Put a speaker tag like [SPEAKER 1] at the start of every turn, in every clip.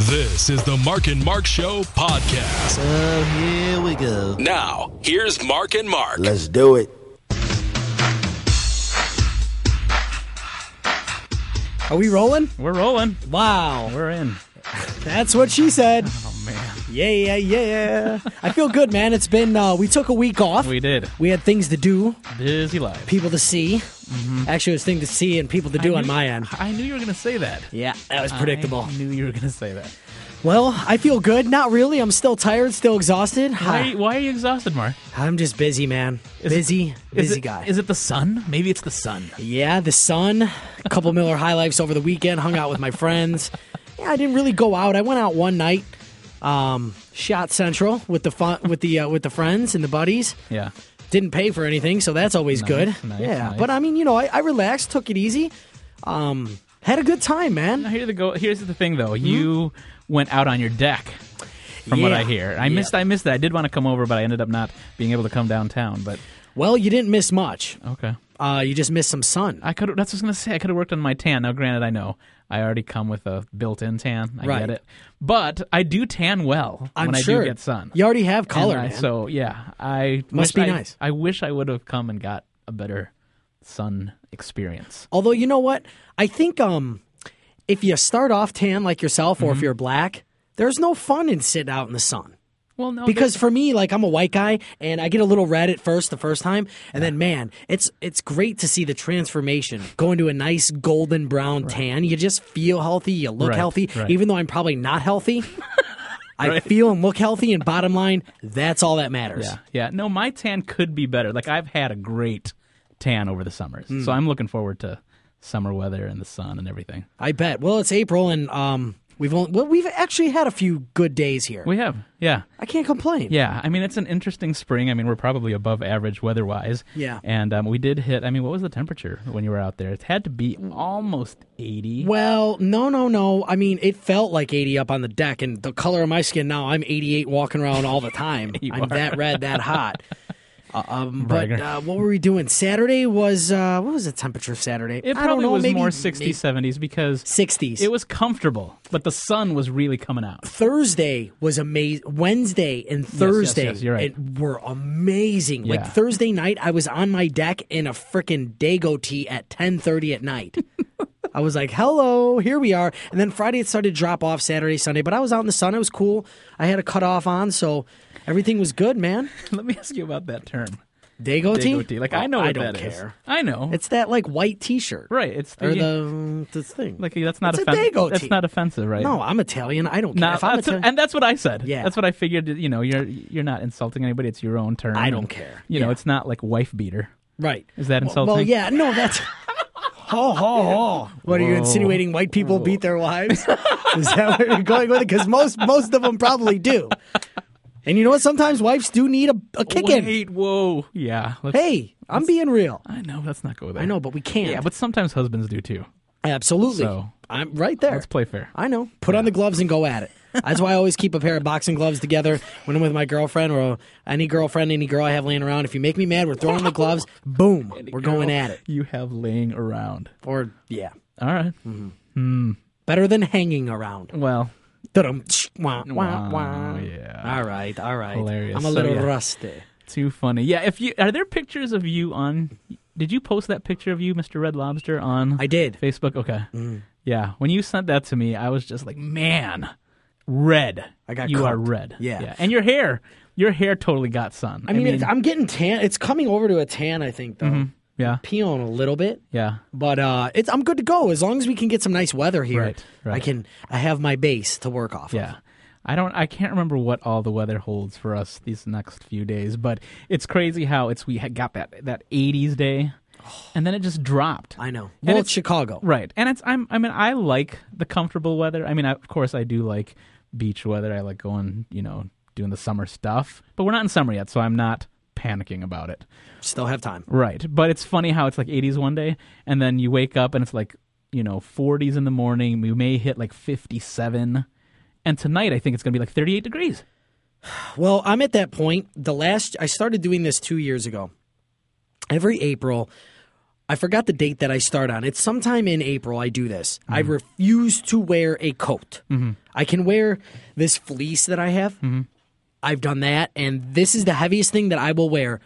[SPEAKER 1] This is the Mark and Mark Show podcast.
[SPEAKER 2] So here we go.
[SPEAKER 1] Now, here's Mark and Mark.
[SPEAKER 2] Let's do it.
[SPEAKER 3] Are we rolling?
[SPEAKER 4] We're rolling.
[SPEAKER 3] Wow.
[SPEAKER 4] We're in.
[SPEAKER 3] That's what she said.
[SPEAKER 4] Oh man.
[SPEAKER 3] Yeah, yeah, yeah. I feel good, man. It's been, uh, we took a week off.
[SPEAKER 4] We did.
[SPEAKER 3] We had things to do,
[SPEAKER 4] Busy life.
[SPEAKER 3] people to see. Actually, it was things to see and people to do
[SPEAKER 4] Mm-hmm. I
[SPEAKER 3] on
[SPEAKER 4] knew-
[SPEAKER 3] my end.
[SPEAKER 4] I knew you were gonna say that.
[SPEAKER 3] Yeah, that was predictable.
[SPEAKER 4] I knew you were gonna say that.
[SPEAKER 3] Well, I feel good. Not really. I'm still tired, still exhausted.
[SPEAKER 4] Why
[SPEAKER 3] Hi.
[SPEAKER 4] are you, why are you exhausted, Mark?
[SPEAKER 3] I'm just busy, man.
[SPEAKER 4] Is it-
[SPEAKER 3] busy,
[SPEAKER 4] Is
[SPEAKER 3] busy
[SPEAKER 4] it,
[SPEAKER 3] guy.
[SPEAKER 4] Is it the sun? Maybe it's the sun.
[SPEAKER 3] yeah, the sun. A couple Miller High Lifes over the weekend. Hung out with my friends. Yeah, I didn't really go out. I went out one night. Um, shot Central with the fun, with the uh, with the friends and the buddies.
[SPEAKER 4] Yeah.
[SPEAKER 3] Didn't pay for anything, so that's always
[SPEAKER 4] Nice,
[SPEAKER 3] good.
[SPEAKER 4] nice,
[SPEAKER 3] yeah,
[SPEAKER 4] nice.
[SPEAKER 3] but I mean, you know, I, I relaxed, took it easy, um, had a good time,
[SPEAKER 4] Now
[SPEAKER 3] man.
[SPEAKER 4] here the go. Here's the thing, though. You went out on your deck, from
[SPEAKER 3] Mm-hmm.
[SPEAKER 4] what
[SPEAKER 3] Yeah.
[SPEAKER 4] I hear. I
[SPEAKER 3] Yeah.
[SPEAKER 4] missed. I missed that. I did want to come over, but I ended up not being able to come downtown. But
[SPEAKER 3] Well, you didn't miss much.
[SPEAKER 4] okay.
[SPEAKER 3] Uh, you just missed some sun.
[SPEAKER 4] I could. That's what I was gonna say. I could have worked on my tan. Now, granted, I know I already come with a built-in tan. I
[SPEAKER 3] Right.
[SPEAKER 4] get it. But I do tan well
[SPEAKER 3] I'm
[SPEAKER 4] when
[SPEAKER 3] sure
[SPEAKER 4] I do get sun.
[SPEAKER 3] You already have color,
[SPEAKER 4] And I-
[SPEAKER 3] man.
[SPEAKER 4] So yeah, I
[SPEAKER 3] Must
[SPEAKER 4] wish
[SPEAKER 3] be
[SPEAKER 4] I-
[SPEAKER 3] nice.
[SPEAKER 4] I wish I would have come and got a better sun experience.
[SPEAKER 3] Although you know what, I think um, if you start off tan like yourself,
[SPEAKER 4] Mm-hmm.
[SPEAKER 3] or if you're black, there's no fun in sitting out in the sun.
[SPEAKER 4] Well, no,
[SPEAKER 3] Because for me, like I'm a white guy, and I get a little red at first the first time, and then man, it's it's great to see the transformation. Going to a nice golden brown tan, you just feel healthy, you look
[SPEAKER 4] Right,
[SPEAKER 3] healthy,
[SPEAKER 4] right.
[SPEAKER 3] even though I'm probably not healthy. I feel and look healthy, and bottom line, that's all that matters.
[SPEAKER 4] yeah, yeah, no, my tan could be better. Like I've had a great tan over the summers,
[SPEAKER 3] Hmm.
[SPEAKER 4] so I'm looking forward to summer weather and the sun and everything.
[SPEAKER 3] I bet. Well, it's April, and um, we've only, well, we've actually had a few good days here.
[SPEAKER 4] We have, yeah,
[SPEAKER 3] I can't complain.
[SPEAKER 4] yeah. I mean, it's an interesting spring. I mean, we're probably above average weather-wise.
[SPEAKER 3] Yeah.
[SPEAKER 4] and um, we did hit. I mean, what was the temperature when you were out there? It had to be almost eighty.
[SPEAKER 3] Well, no, no, no. I mean, it felt like 80 up on the deck, and the color of my skin now, I'm 88 walking around all the time. I'm that red, that hot. Uh, um, but
[SPEAKER 4] Bragger.
[SPEAKER 3] uh, what were we doing? Saturday was uh, what was the temperature of Saturday?
[SPEAKER 4] It
[SPEAKER 3] I don't
[SPEAKER 4] probably
[SPEAKER 3] know,
[SPEAKER 4] was
[SPEAKER 3] maybe,
[SPEAKER 4] more 60s, 70s because
[SPEAKER 3] maybe 60s.
[SPEAKER 4] It was comfortable, but the sun was really coming out.
[SPEAKER 3] Thursday was amazing. Wednesday and Thursday
[SPEAKER 4] yes, you're right.
[SPEAKER 3] it were amazing. Like
[SPEAKER 4] Yeah.
[SPEAKER 3] Thursday night, I was on my deck in a freaking Dago tee at 10:30 at night. I was like, "Hello, here we are." And then Friday it started to drop off. Saturday, Sunday, but I was out in the sun. It was cool. I had a cutoff on, so everything was good, man.
[SPEAKER 4] Let me ask you about that term,
[SPEAKER 3] Dago,
[SPEAKER 4] Dago tea. Like I know
[SPEAKER 3] Oh, I
[SPEAKER 4] what
[SPEAKER 3] don't
[SPEAKER 4] that is.
[SPEAKER 3] care.
[SPEAKER 4] I know.
[SPEAKER 3] It's that like white T-shirt,
[SPEAKER 4] right. It's the,
[SPEAKER 3] Or the, the thing.
[SPEAKER 4] like that's not
[SPEAKER 3] it's a
[SPEAKER 4] offensive.
[SPEAKER 3] Dago
[SPEAKER 4] That's
[SPEAKER 3] tea.
[SPEAKER 4] not offensive, right?
[SPEAKER 3] no, I'm Italian. I don't care.
[SPEAKER 4] No,
[SPEAKER 3] if I'm
[SPEAKER 4] that's-
[SPEAKER 3] Italian,
[SPEAKER 4] and that's what I said.
[SPEAKER 3] Yeah.
[SPEAKER 4] that's what I figured. You know, you're you're not insulting anybody. It's your own term.
[SPEAKER 3] I don't
[SPEAKER 4] And,
[SPEAKER 3] care.
[SPEAKER 4] You know, it's not like wife beater.
[SPEAKER 3] Right.
[SPEAKER 4] Is that
[SPEAKER 3] Well- Well,
[SPEAKER 4] insulting?
[SPEAKER 3] yeah, no, that's. Ho, ho, ho. What are you
[SPEAKER 4] Whoa.
[SPEAKER 3] insinuating? White people beat their wives? Is that where you're going with it? Because most, most of them probably do. And you know what? Sometimes wives do need a, a kick in.
[SPEAKER 4] Wait, whoa. Yeah. Let's,
[SPEAKER 3] Hey, I'm being real.
[SPEAKER 4] I know. Let's not go there.
[SPEAKER 3] I know, but we can't.
[SPEAKER 4] Yeah, but sometimes husbands do too.
[SPEAKER 3] Absolutely.
[SPEAKER 4] So-
[SPEAKER 3] I'm right there.
[SPEAKER 4] Let's play fair.
[SPEAKER 3] I know. Put on the gloves and go at it. That's why I always keep a pair of boxing gloves together when I'm with my girlfriend or any girlfriend, any girl I have laying around. If you make me mad, we're throwing the gloves. Boom. We're going at it.
[SPEAKER 4] You have laying around.
[SPEAKER 3] Or, yeah.
[SPEAKER 4] All right.
[SPEAKER 3] Mm-hmm. Better than hanging around.
[SPEAKER 4] Well,
[SPEAKER 3] Dum-dum, tsh, wah, wah,
[SPEAKER 4] Wow,
[SPEAKER 3] wah.
[SPEAKER 4] yeah.
[SPEAKER 3] All right, all right.
[SPEAKER 4] Hilarious.
[SPEAKER 3] I'm a
[SPEAKER 4] So,
[SPEAKER 3] little
[SPEAKER 4] yeah.
[SPEAKER 3] rusty.
[SPEAKER 4] Too funny. Yeah, if you are there pictures of you on did you post that picture of you, Mr. Red Lobster, on
[SPEAKER 3] I Mm. did.
[SPEAKER 4] Facebook? Okay. Yeah. When you sent that to me, I was just like, Man, red.
[SPEAKER 3] I got
[SPEAKER 4] you are
[SPEAKER 3] cooked.
[SPEAKER 4] red.
[SPEAKER 3] Yeah.
[SPEAKER 4] And your hair. Your hair totally got sun.
[SPEAKER 3] I mean, it's, I'm getting tan. It's coming over to a tan, I think, though.
[SPEAKER 4] Mm-hmm. Yeah.
[SPEAKER 3] Pee on a little bit,
[SPEAKER 4] Yeah.
[SPEAKER 3] but uh, it's I'm good to go as long as we can get some nice weather here.
[SPEAKER 4] Right, right.
[SPEAKER 3] I can. I have my base to work off.
[SPEAKER 4] Yeah. I don't I can't remember what all the weather holds for us these next few days, but it's crazy how it's we had got that that 80s day
[SPEAKER 3] Oh.
[SPEAKER 4] and then it just dropped.
[SPEAKER 3] of. I know.
[SPEAKER 4] And
[SPEAKER 3] well,
[SPEAKER 4] it's-
[SPEAKER 3] it's Chicago.
[SPEAKER 4] Right. And it's I'm I mean I like the comfortable weather. I mean I, of course I do like beach weather. I like going, you know, doing the summer stuff. But we're not in summer yet, so I'm not panicking about it.
[SPEAKER 3] Still have time.
[SPEAKER 4] Right. But it's funny how it's like 80s one day and then you wake up and it's like, you know, 40s in the morning. We may hit like 57. And tonight I think it's going to be like 38 degrees.
[SPEAKER 3] Well, I'm at that point. The last I started doing this two years ago. Every April, I forgot the date that I start on. It's sometime in April I do this. I refuse to wear a coat. I can wear this fleece that I have. I've done that, and this is the heaviest thing that I will wear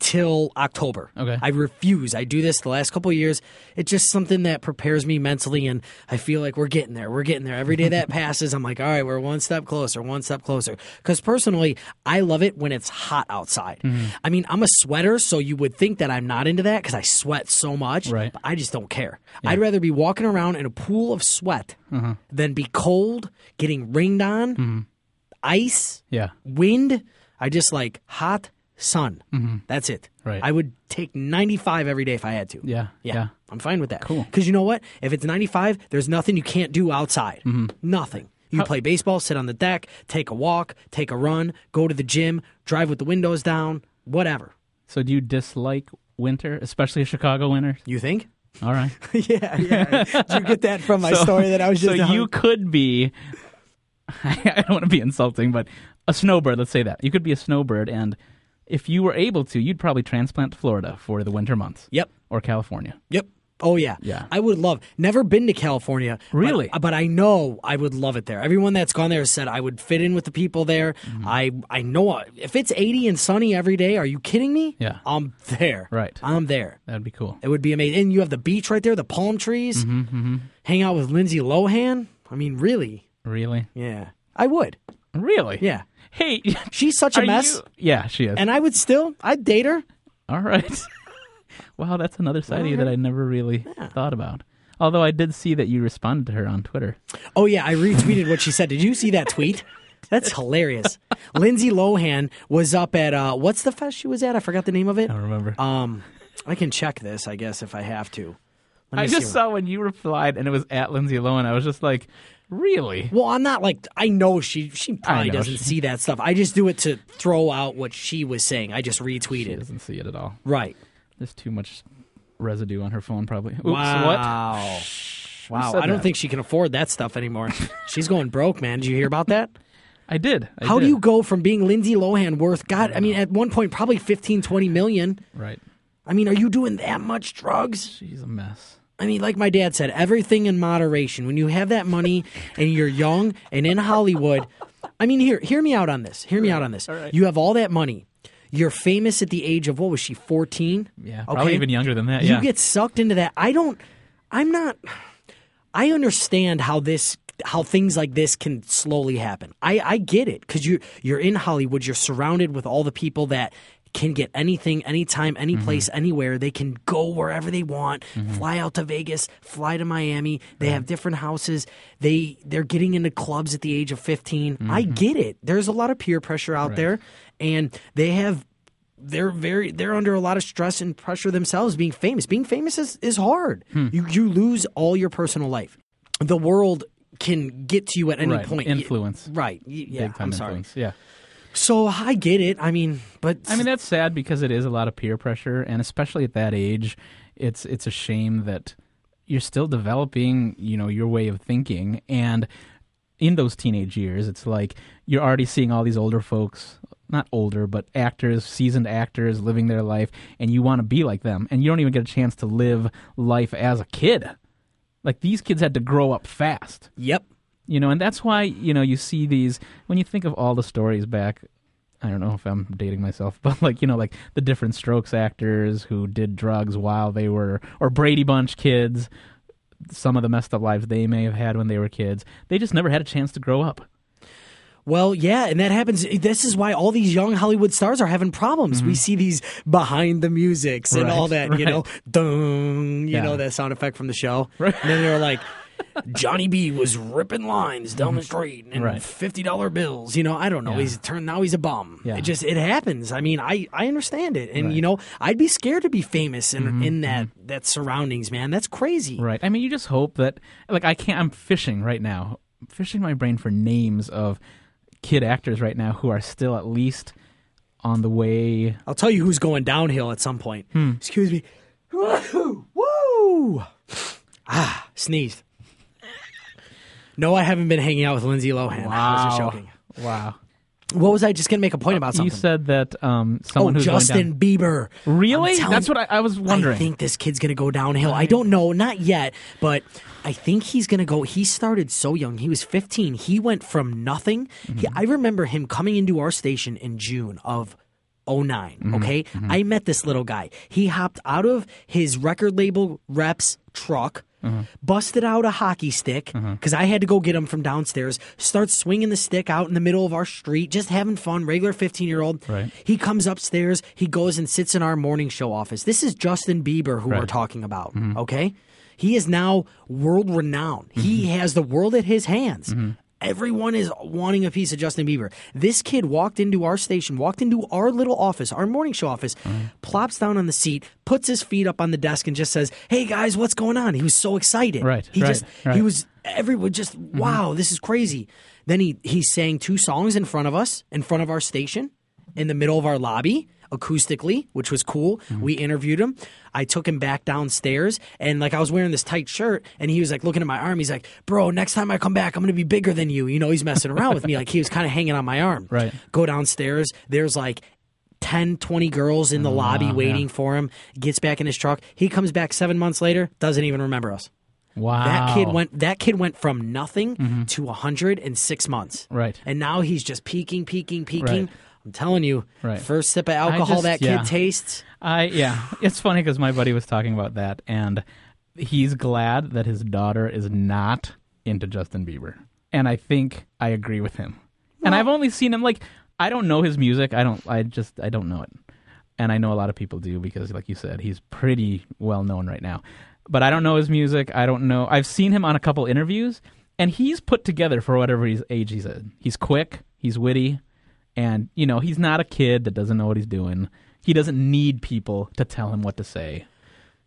[SPEAKER 3] till October.
[SPEAKER 4] Okay.
[SPEAKER 3] I refuse. I do this the last couple of years. It's just something that prepares me mentally, and I feel like we're getting there. We're getting there. Every day that passes, I'm like, all right, we're one step closer, one step closer. Because personally, I love it when it's hot outside.
[SPEAKER 4] Mm-hmm.
[SPEAKER 3] I mean, I'm a sweater, so you would think that I'm not into that because I sweat so much.
[SPEAKER 4] Right.
[SPEAKER 3] But I just don't care. I'd rather be walking around in a pool of sweat
[SPEAKER 4] Uh-huh.
[SPEAKER 3] than be cold, getting rained on,
[SPEAKER 4] Mm-hmm.
[SPEAKER 3] ice
[SPEAKER 4] Yeah.
[SPEAKER 3] wind. I just like hot sun. That's it.
[SPEAKER 4] Mm-hmm. Right.
[SPEAKER 3] I would take 95 every day if I had to.
[SPEAKER 4] Yeah,
[SPEAKER 3] Yeah.
[SPEAKER 4] yeah.
[SPEAKER 3] I'm fine with that. Cool. Because you know what? If it's 95, there's nothing you can't do outside.
[SPEAKER 4] Mm-hmm.
[SPEAKER 3] Nothing. You play baseball, sit on the deck, take a walk, take a run, go to the gym, drive with the windows down, whatever.
[SPEAKER 4] So do you dislike winter, especially Chicago winter?
[SPEAKER 3] You think?
[SPEAKER 4] All right.
[SPEAKER 3] yeah, yeah. Did you get that from my story that I was
[SPEAKER 4] so
[SPEAKER 3] just
[SPEAKER 4] you could be I don't want to be insulting, but a snowbird, let's say that. You could be a snowbird and if you were able to, you'd probably transplant to Florida for the winter months.
[SPEAKER 3] Yep.
[SPEAKER 4] Or California.
[SPEAKER 3] Yep. Oh yeah.
[SPEAKER 4] Yeah.
[SPEAKER 3] I would love. Never been to California. but-
[SPEAKER 4] Really?
[SPEAKER 3] But, I know I would love it there. Everyone that's gone there has said I would fit in with the people there.
[SPEAKER 4] Mm-hmm.
[SPEAKER 3] I I know I- if it's 80 and sunny every day, are you kidding me?
[SPEAKER 4] Yeah.
[SPEAKER 3] I'm there.
[SPEAKER 4] Right.
[SPEAKER 3] I'm there.
[SPEAKER 4] That'd be cool.
[SPEAKER 3] It would be amazing. And you have the beach right there, the palm trees.
[SPEAKER 4] Mm-hmm,
[SPEAKER 3] Hang out with Lindsay Lohan. I mean, really?
[SPEAKER 4] Really?
[SPEAKER 3] Yeah. I would.
[SPEAKER 4] Really?
[SPEAKER 3] Yeah.
[SPEAKER 4] Hey,
[SPEAKER 3] She's such a
[SPEAKER 4] are
[SPEAKER 3] mess.
[SPEAKER 4] you- Yeah, she is.
[SPEAKER 3] And I would still, I'd date her.
[SPEAKER 4] All right. wow, that's another side of you that I never really thought about. Although I did see that you responded to her on Twitter.
[SPEAKER 3] Oh yeah, I retweeted what she said. Did you see that tweet? That's hilarious. Lindsay Lohan was up at uh, what's the fest she was at? I forgot the name of it.
[SPEAKER 4] I don't remember.
[SPEAKER 3] Um, I can check this, I guess, if I have to. Let me
[SPEAKER 4] I
[SPEAKER 3] see
[SPEAKER 4] just
[SPEAKER 3] what-
[SPEAKER 4] saw when you replied, and it was at Lindsay Lohan. I was just like, really?
[SPEAKER 3] Well, I'm not like I know she she probably
[SPEAKER 4] know
[SPEAKER 3] doesn't
[SPEAKER 4] she-
[SPEAKER 3] see that stuff. I just do it to throw out what she was saying. I just
[SPEAKER 4] She
[SPEAKER 3] retweeted.
[SPEAKER 4] doesn't see it at all.
[SPEAKER 3] Right.
[SPEAKER 4] There's too much residue on her phone, probably. Oops, what?
[SPEAKER 3] wow. Wow.
[SPEAKER 4] said
[SPEAKER 3] I don't
[SPEAKER 4] that?
[SPEAKER 3] think she can afford that stuff anymore. She's going broke, man. Did you hear about that?
[SPEAKER 4] I did. I
[SPEAKER 3] How do
[SPEAKER 4] did.
[SPEAKER 3] you go from being Lindsay Lohan worth God, I mean at one point probably 15 20 million
[SPEAKER 4] Right.
[SPEAKER 3] I mean, are you doing that much drugs?
[SPEAKER 4] She's a mess.
[SPEAKER 3] I mean, like my dad said, everything in moderation. When you have that money and you're young and in Hollywood, I mean, here, hear me out on this. Hear me out on this. You have all that money. You're famous at the age of what was she, 14?
[SPEAKER 4] Yeah, probably even younger than that. yeah.
[SPEAKER 3] You get sucked into that. I don't. I'm not. I understand how this, how things like this can slowly happen. I, I get it because you you're in Hollywood. You're surrounded with all the people that can get anything, anytime, any
[SPEAKER 4] Mm-hmm.
[SPEAKER 3] place, anywhere. They can go wherever they want. Fly out to Vegas. Fly to Miami. They have different houses. They they're getting into clubs at the age of 15 I
[SPEAKER 4] Mm-hmm.
[SPEAKER 3] get it. There's a lot of peer pressure out there, and they have they're very they're under a lot of stress and pressure themselves being famous being famous is, is hard
[SPEAKER 4] Hmm.
[SPEAKER 3] you you lose all your personal life the world can get to you at any
[SPEAKER 4] Right.
[SPEAKER 3] point
[SPEAKER 4] Influence.
[SPEAKER 3] Y- right Y- yeah
[SPEAKER 4] Big time
[SPEAKER 3] i'm sorry
[SPEAKER 4] influence. Yeah.
[SPEAKER 3] so i get it i mean but
[SPEAKER 4] I mean that's sad because it is a lot of peer pressure, and especially at that age, it's it's a shame that you're still developing, you know, your way of thinking. And in those teenage years, it's like you're already seeing all these older folks, not older, but actors, seasoned actors, living their life, and you want to be like them, and you don't even get a chance to live life as a kid. Like these kids had to grow up fast
[SPEAKER 3] yep
[SPEAKER 4] you know and that's why you know you see these when you think of all the stories back i don't know if i'm dating myself but like you know like the different strokes actors who did drugs while they were or brady bunch kids some of the messed up lives they may have had when they were kids they just never had a chance to grow up
[SPEAKER 3] Well, yeah, and that happens. This is why all these young Hollywood stars are having problems. We see these behind the musics and
[SPEAKER 4] Mm-hmm. Right,
[SPEAKER 3] all that, you know, dung, you
[SPEAKER 4] Yeah.
[SPEAKER 3] know, that sound effect from the show. And then they're like, Johnny B was ripping lines down the street and
[SPEAKER 4] Mm-hmm. Right.
[SPEAKER 3] fifty dollar bills. You know, I don't know. He's turned now. He's a bum.
[SPEAKER 4] Yeah.
[SPEAKER 3] It just it happens. I mean, I I understand it, and you know, I'd be scared to be famous in
[SPEAKER 4] Mm-hmm.
[SPEAKER 3] in that that surroundings, man. That's crazy.
[SPEAKER 4] Right. I mean, you just hope that like I can't. I'm fishing right now, fishing my brain for names of kid actors right now who are still at least on the way.
[SPEAKER 3] I'll tell you who's going downhill at some point.
[SPEAKER 4] Hmm.
[SPEAKER 3] Excuse me. Woo! Ah, sneezed. No, I haven't been hanging out with Lindsay Lohan. I was just joking.
[SPEAKER 4] Wow.
[SPEAKER 3] What was I just gonna make a point about
[SPEAKER 4] Uh, You
[SPEAKER 3] something?
[SPEAKER 4] said that um,
[SPEAKER 3] oh,
[SPEAKER 4] someone who's going
[SPEAKER 3] Justin
[SPEAKER 4] down-
[SPEAKER 3] Bieber.
[SPEAKER 4] Really?
[SPEAKER 3] I'm telling
[SPEAKER 4] That's
[SPEAKER 3] you,
[SPEAKER 4] what I, I was wondering.
[SPEAKER 3] I think this kid's gonna go downhill. I don't know, not yet, but I think he's gonna go. He started so young. He was 15. He went from nothing. He,
[SPEAKER 4] Mm-hmm.
[SPEAKER 3] I remember him coming into our station in June of. 9
[SPEAKER 4] Mm-hmm.
[SPEAKER 3] okay? I met this little guy. He hopped out of his record label rep's truck,
[SPEAKER 4] Mm-hmm.
[SPEAKER 3] busted out a hockey stick, because I had to go get him from downstairs, starts swinging the stick out in the middle of our street, just having fun, regular 15 year old.
[SPEAKER 4] Right.
[SPEAKER 3] He comes upstairs. He goes and sits in our morning show office. This is Justin Bieber who we're
[SPEAKER 4] Right. Mm-hmm.
[SPEAKER 3] talking about. Okay. He is now world renowned. He
[SPEAKER 4] Mm-hmm.
[SPEAKER 3] has the world at his hands. Everyone is wanting a piece of Justin Bieber. This kid walked into our station, walked into our little office, our morning show office,
[SPEAKER 4] Mm-hmm.
[SPEAKER 3] plops down on the seat, puts his feet up on the desk, and just says, Hey guys, what's going on? He was so excited.
[SPEAKER 4] Right,
[SPEAKER 3] He
[SPEAKER 4] right,
[SPEAKER 3] just he
[SPEAKER 4] right. Mm-hmm.
[SPEAKER 3] was everyone just wow, this is crazy. Then he he sang two songs in front of us, in front of our station, in the middle of our lobby, acoustically, which was cool.
[SPEAKER 4] Mm-hmm.
[SPEAKER 3] We interviewed him. I took him back downstairs, and like I was wearing this tight shirt, and he was like looking at my arm. He's like, "Bro, next time I come back, I'm gonna be bigger than you." You know, he's messing around with me. Like he was kind of hanging on my arm.
[SPEAKER 4] Right.
[SPEAKER 3] Go downstairs. There's like. 10, 20 girls in the
[SPEAKER 4] Oh,
[SPEAKER 3] lobby waiting for him, gets back in his truck. He comes back seven months later, doesn't even remember us.
[SPEAKER 4] wow. Mm-hmm.
[SPEAKER 3] That kid went. That kid went from nothing to 100 in six months.
[SPEAKER 4] Right.
[SPEAKER 3] And now he's just peaking, peaking, peaking.
[SPEAKER 4] Right.
[SPEAKER 3] I'm telling you.
[SPEAKER 4] Right.
[SPEAKER 3] First sip of alcohol
[SPEAKER 4] just-
[SPEAKER 3] that kid
[SPEAKER 4] yeah.
[SPEAKER 3] tastes.
[SPEAKER 4] I yeah, it's funny because my buddy was talking about that, and he's glad that his daughter is not into Justin Bieber, and I think I agree with him. and I've only seen him like I don't know his music. I don't. I just I don't know it, and I know a lot of people do because, like you said, he's pretty well known right now. But I don't know his music. I don't know. I've seen him on a couple interviews, and he's put together for whatever his age he's at. He's quick. He's witty and you know he's not a kid that doesn't know what he's doing he doesn't need people to tell him what to say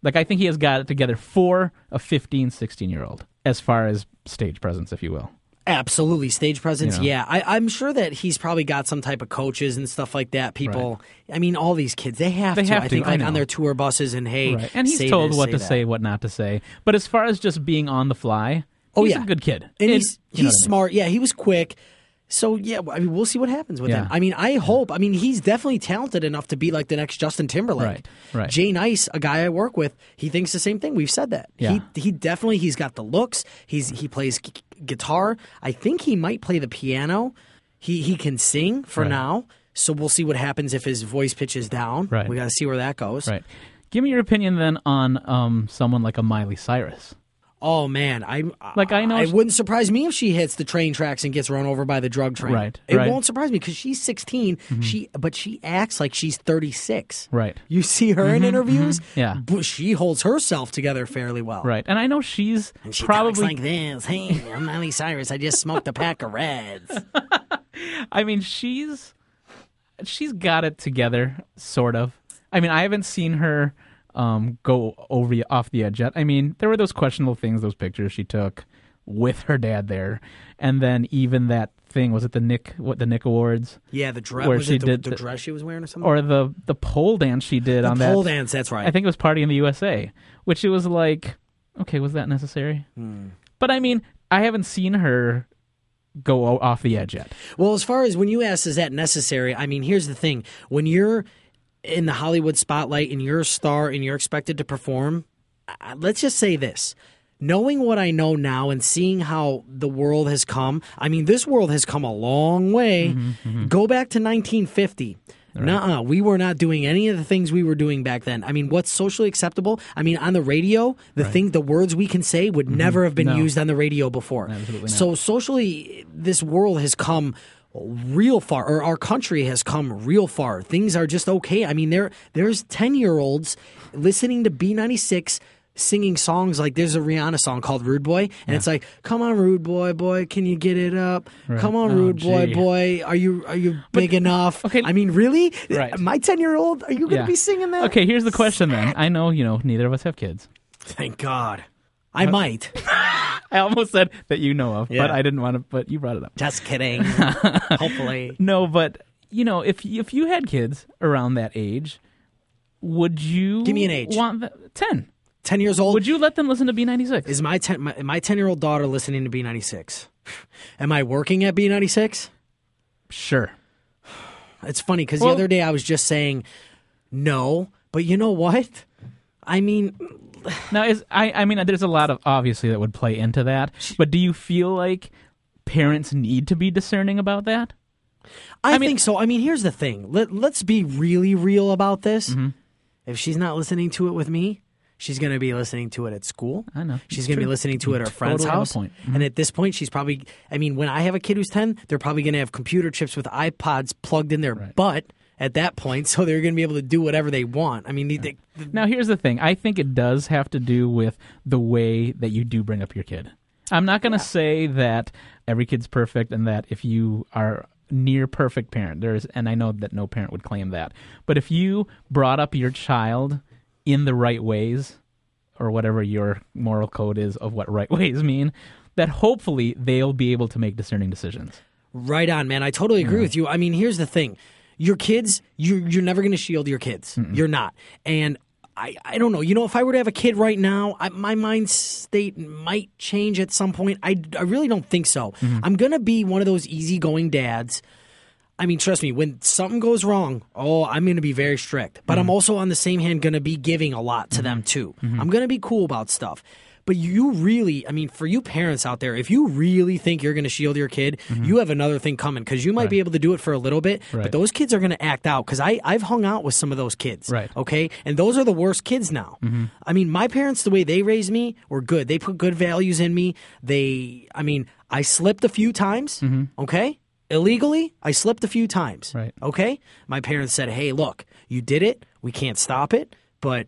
[SPEAKER 4] like i think he has got it together for a 15 16 year old as far as stage presence if you will
[SPEAKER 3] Absolutely, stage presence.
[SPEAKER 4] Yeah.
[SPEAKER 3] Yeah, I, I'm sure that he's probably got some type of coaches and stuff like that. People, I mean, all these kids, they have
[SPEAKER 4] They
[SPEAKER 3] to.
[SPEAKER 4] have
[SPEAKER 3] I
[SPEAKER 4] to,
[SPEAKER 3] think
[SPEAKER 4] I
[SPEAKER 3] like
[SPEAKER 4] know.
[SPEAKER 3] on their tour buses and hey,
[SPEAKER 4] right and he's
[SPEAKER 3] say
[SPEAKER 4] told
[SPEAKER 3] this,
[SPEAKER 4] what to
[SPEAKER 3] that.
[SPEAKER 4] say what not to say but as far as just being on the fly
[SPEAKER 3] Oh,
[SPEAKER 4] he's
[SPEAKER 3] yeah.
[SPEAKER 4] a good kid
[SPEAKER 3] and
[SPEAKER 4] It-
[SPEAKER 3] he's
[SPEAKER 4] you
[SPEAKER 3] he's
[SPEAKER 4] know what I mean.
[SPEAKER 3] smart. Yeah, he was quick. So yeah, I mean, we'll see what happens with
[SPEAKER 4] Yeah.
[SPEAKER 3] him. I mean, I hope. I mean, he's definitely talented enough to be like the next Justin Timberlake.
[SPEAKER 4] Right, right.
[SPEAKER 3] Jay Nice, a guy I work with, he thinks the same thing. We've said that.
[SPEAKER 4] Yeah.
[SPEAKER 3] He he definitely he's got the looks. He's he plays g- guitar. I think he might play the piano. He he can sing for
[SPEAKER 4] Right.
[SPEAKER 3] now. So we'll see what happens if his voice pitches down.
[SPEAKER 4] Right.
[SPEAKER 3] We got to see where that goes.
[SPEAKER 4] right give me your opinion then on um, someone like a miley cyrus
[SPEAKER 3] Oh man, I
[SPEAKER 4] Like, I know
[SPEAKER 3] It
[SPEAKER 4] she-
[SPEAKER 3] wouldn't surprise me if she hits the train tracks and gets run over by the drug train.
[SPEAKER 4] Right,
[SPEAKER 3] It
[SPEAKER 4] right. Mm-hmm.
[SPEAKER 3] won't surprise me because she's 16. She, but she acts like she's 36.
[SPEAKER 4] right Mm-hmm,
[SPEAKER 3] You see her in interviews.
[SPEAKER 4] Yeah.
[SPEAKER 3] but she holds herself together fairly well.
[SPEAKER 4] right and i know she's
[SPEAKER 3] And she talks
[SPEAKER 4] probably
[SPEAKER 3] like this. Hey, I'm Miley Cyrus. I just smoked a pack of Reds.
[SPEAKER 4] I mean, she's she's got it together, sort of. I mean, I haven't seen her um, go over the, off the edge yet. I mean, there were those questionable things, those pictures she took with her dad there, and then even that thing was it the Nick what the Nick Awards
[SPEAKER 3] Yeah, the dress.
[SPEAKER 4] Where
[SPEAKER 3] Was
[SPEAKER 4] she
[SPEAKER 3] it the,
[SPEAKER 4] did
[SPEAKER 3] the
[SPEAKER 4] the-
[SPEAKER 3] dress she was wearing or something?
[SPEAKER 4] or the the pole dance she did
[SPEAKER 3] the
[SPEAKER 4] on
[SPEAKER 3] pole
[SPEAKER 4] that.
[SPEAKER 3] dance. That's right.
[SPEAKER 4] I think it was Party in the USA, which it was like, okay, was that necessary?
[SPEAKER 3] Hmm.
[SPEAKER 4] But I mean, I haven't seen her go o- off the edge yet.
[SPEAKER 3] Well, as far as when you ask, is that necessary? I mean, here's the thing: when you're in the Hollywood spotlight and you're a star and you're expected to perform, I- let's just say this. Knowing what I know now and seeing how the world has come, I mean, this world has come a long way. Go back to 1950. Nuh-uh, we were not doing any of the things we were doing back then. I mean, what's socially acceptable? I mean, on the radio, the thing, the words we can say
[SPEAKER 4] Mm-hmm.
[SPEAKER 3] would never have been used on the radio before. So socially, this world has come real far, or our country has come real far. Things are just okay. I mean, there there's ten year olds listening to B ninety six. Singing songs like there's a Rihanna song called Rude Boy, and it's like, Come on, Rude Boy, boy, can you get it up? Come on,
[SPEAKER 4] Oh,
[SPEAKER 3] Rude Boy,
[SPEAKER 4] gee.
[SPEAKER 3] boy, are you are you big enough?
[SPEAKER 4] okay.
[SPEAKER 3] I mean, really?
[SPEAKER 4] Right.
[SPEAKER 3] My ten year old, are you gonna be singing that?
[SPEAKER 4] Okay, here's the question then. I know, you know, neither of us have kids.
[SPEAKER 3] Thank God. I might.
[SPEAKER 4] I almost said that you know of, but
[SPEAKER 3] Yeah.
[SPEAKER 4] I didn't want to. But you brought it up.
[SPEAKER 3] Just kidding. Hopefully.
[SPEAKER 4] No, but you know, if if you had kids around that age, would you
[SPEAKER 3] Give me an age.
[SPEAKER 4] Want the, ten?
[SPEAKER 3] Ten years old.
[SPEAKER 4] Would you let them listen to B ninety six?
[SPEAKER 3] Is my ten my, my ten year old daughter listening to B ninety six? Am I working at B ninety six?
[SPEAKER 4] Sure.
[SPEAKER 3] It's funny because
[SPEAKER 4] Well-
[SPEAKER 3] the other day I was just saying no, but you know what? I mean,
[SPEAKER 4] Now, is I I mean, there's a lot of obviously that would play into that, but do you feel like parents need to be discerning about that?
[SPEAKER 3] I,
[SPEAKER 4] mean-
[SPEAKER 3] think so. I mean, here's the thing. Let, let's be really real about this.
[SPEAKER 4] Mm-hmm.
[SPEAKER 3] If she's not listening to it with me, she's going to be listening to it at school. I
[SPEAKER 4] know.
[SPEAKER 3] She's going to be
[SPEAKER 4] True.
[SPEAKER 3] listening to it at her friend's
[SPEAKER 4] Totally have a
[SPEAKER 3] house.
[SPEAKER 4] point. Mm-hmm.
[SPEAKER 3] And at this point, she's probably, I mean, when I have a kid who's 10, they're probably going to have computer chips with iPods plugged in their butt at that point. So they're going to be able to do whatever they want. I mean, they, they,
[SPEAKER 4] Now, here's the thing. I think it does have to do with the way that you do bring up your kid. I'm not going to say that every kid's perfect and that if you are near perfect parent, there's, and I know that no parent would claim that, but if you brought up your child in the right ways, or whatever your moral code is of what right ways mean, that hopefully they'll be able to make discerning decisions.
[SPEAKER 3] Right on, man. I totally agree with you. I mean, here's the thing: your kids, you you're never going to shield your kids. You're not. And I I don't know. You know, if I were to have a kid right now, I, my mind state might change at some point. I I really don't think so. I'm going to be one of those easygoing dads. I mean, trust me, when something goes wrong, oh, I'm going to be very strict. But I'm
[SPEAKER 4] Mm-hmm.
[SPEAKER 3] also, on the same hand, going to be giving a lot to them, too. I'm going to be cool about stuff. But you really, I mean, for you parents out there, if you really think you're going to shield your kid, you have another thing coming because you might be able to do it for a little bit, but
[SPEAKER 4] Mm-hmm. Right.
[SPEAKER 3] those kids are going to act out because I've hung out with some of those kids.
[SPEAKER 4] Right.
[SPEAKER 3] Okay. And those are the worst kids now.
[SPEAKER 4] Mm-hmm.
[SPEAKER 3] I mean, my parents, the way they raised me were good. They put good values in me. They, I mean, I slipped a few times. Okay. Illegally, I slipped a few times.
[SPEAKER 4] Mm-hmm. Right.
[SPEAKER 3] Okay. My parents said, hey, look, you did it. We can't stop it, but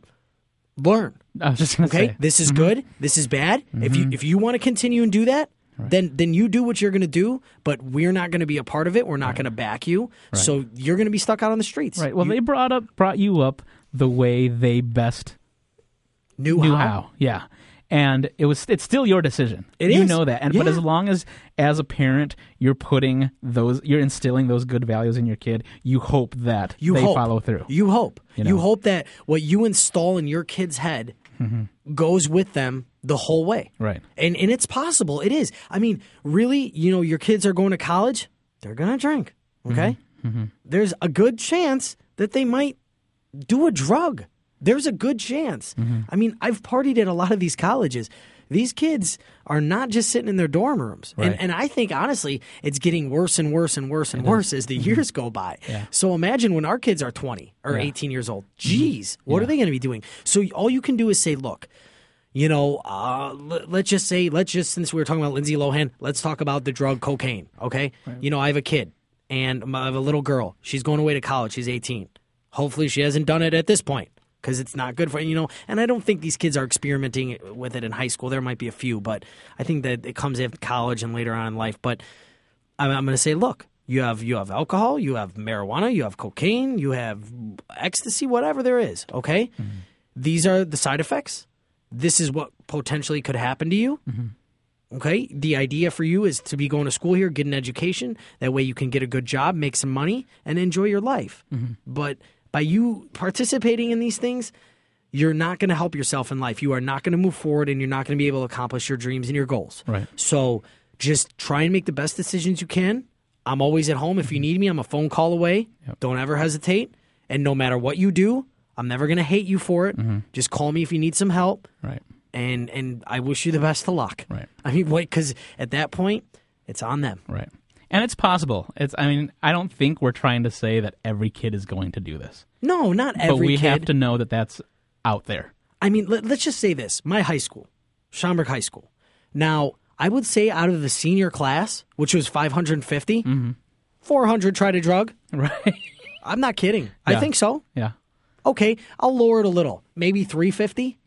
[SPEAKER 3] learn.
[SPEAKER 4] I was just going to
[SPEAKER 3] Okay.
[SPEAKER 4] say.
[SPEAKER 3] This is good. This is bad. If
[SPEAKER 4] Mm-hmm.
[SPEAKER 3] you if you want to continue and do that, then then you do what you're going to do, but we're not going to be a part of it. We're not going to back you. So you're going to be stuck out on the streets.
[SPEAKER 4] Right. Well, they brought up brought you up the way they best
[SPEAKER 3] New,
[SPEAKER 4] knew how. Yeah. And it was it's still your decision.
[SPEAKER 3] It
[SPEAKER 4] you
[SPEAKER 3] is.
[SPEAKER 4] know that. And but
[SPEAKER 3] Yeah.
[SPEAKER 4] as long as as a parent you're putting those you're instilling those good values in your kid, you hope that
[SPEAKER 3] you
[SPEAKER 4] they
[SPEAKER 3] hope.
[SPEAKER 4] follow through.
[SPEAKER 3] You hope. You,
[SPEAKER 4] know?
[SPEAKER 3] hope that what you install in your kid's head goes with them the whole way.
[SPEAKER 4] Mm-hmm. Right.
[SPEAKER 3] And and it's possible. It is. I mean, really, you know, your kids are going to college, they're going to drink. Okay?
[SPEAKER 4] Mm-hmm.
[SPEAKER 3] There's a good chance that they might do a drug. There's a good chance. I mean, I've partied at a lot of these colleges. These kids are not just sitting in their dorm rooms.
[SPEAKER 4] Right.
[SPEAKER 3] And, and I think, honestly, it's getting worse and worse and worse and worse as the years go by. So imagine when our kids are 20 or 18 years old. Geez, what are they going to be doing? So all you can do is say, look, you know, uh, let, let's just say, let's just, since we were talking about Lindsay Lohan, let's talk about the drug cocaine, okay? You know, I have a kid and I have a little girl. She's going away to college. She's 18. Hopefully she hasn't done it at this point because it's not good for, you know, and I don't think these kids are experimenting with it in high school. There might be a few, but I think that it comes after college and later on in life. But I'm, I'm going to say, look, you have you have alcohol, you have marijuana, you have cocaine, you have ecstasy, whatever there is. Okay, these are the side effects. This is what potentially could happen to you. Okay, the idea for you is to be going to school here, get an education. That way, you can get a good job, make some money, and enjoy your life. But by you participating in these things, you're not going to help yourself in life. You are not going to move forward, and you're not going to be able to accomplish your dreams and your goals.
[SPEAKER 4] Right.
[SPEAKER 3] So just try and make the best decisions you can. I'm always at home. If you need me, I'm a phone call away. Don't ever hesitate. And no matter what you do, I'm never going to hate you for it. Just call me if you need some help.
[SPEAKER 4] Right.
[SPEAKER 3] And and I wish you the best of luck.
[SPEAKER 4] Right.
[SPEAKER 3] I mean, wait, because at that point, it's on them.
[SPEAKER 4] Right. And it's possible. It's I mean, I don't think we're trying to say that every kid is going to do this.
[SPEAKER 3] No, not every
[SPEAKER 4] but we
[SPEAKER 3] kid.
[SPEAKER 4] have to know that that's out there.
[SPEAKER 3] I mean, let, let's just say this: my high school, Schaumburg High School. Now, I would say out of the senior class, which was 550,
[SPEAKER 4] Mm-hmm.
[SPEAKER 3] 400 tried a drug.
[SPEAKER 4] Right.
[SPEAKER 3] I'm not kidding. I
[SPEAKER 4] Yeah.
[SPEAKER 3] think so.
[SPEAKER 4] yeah.
[SPEAKER 3] okay, I'll lower it a little, maybe 350.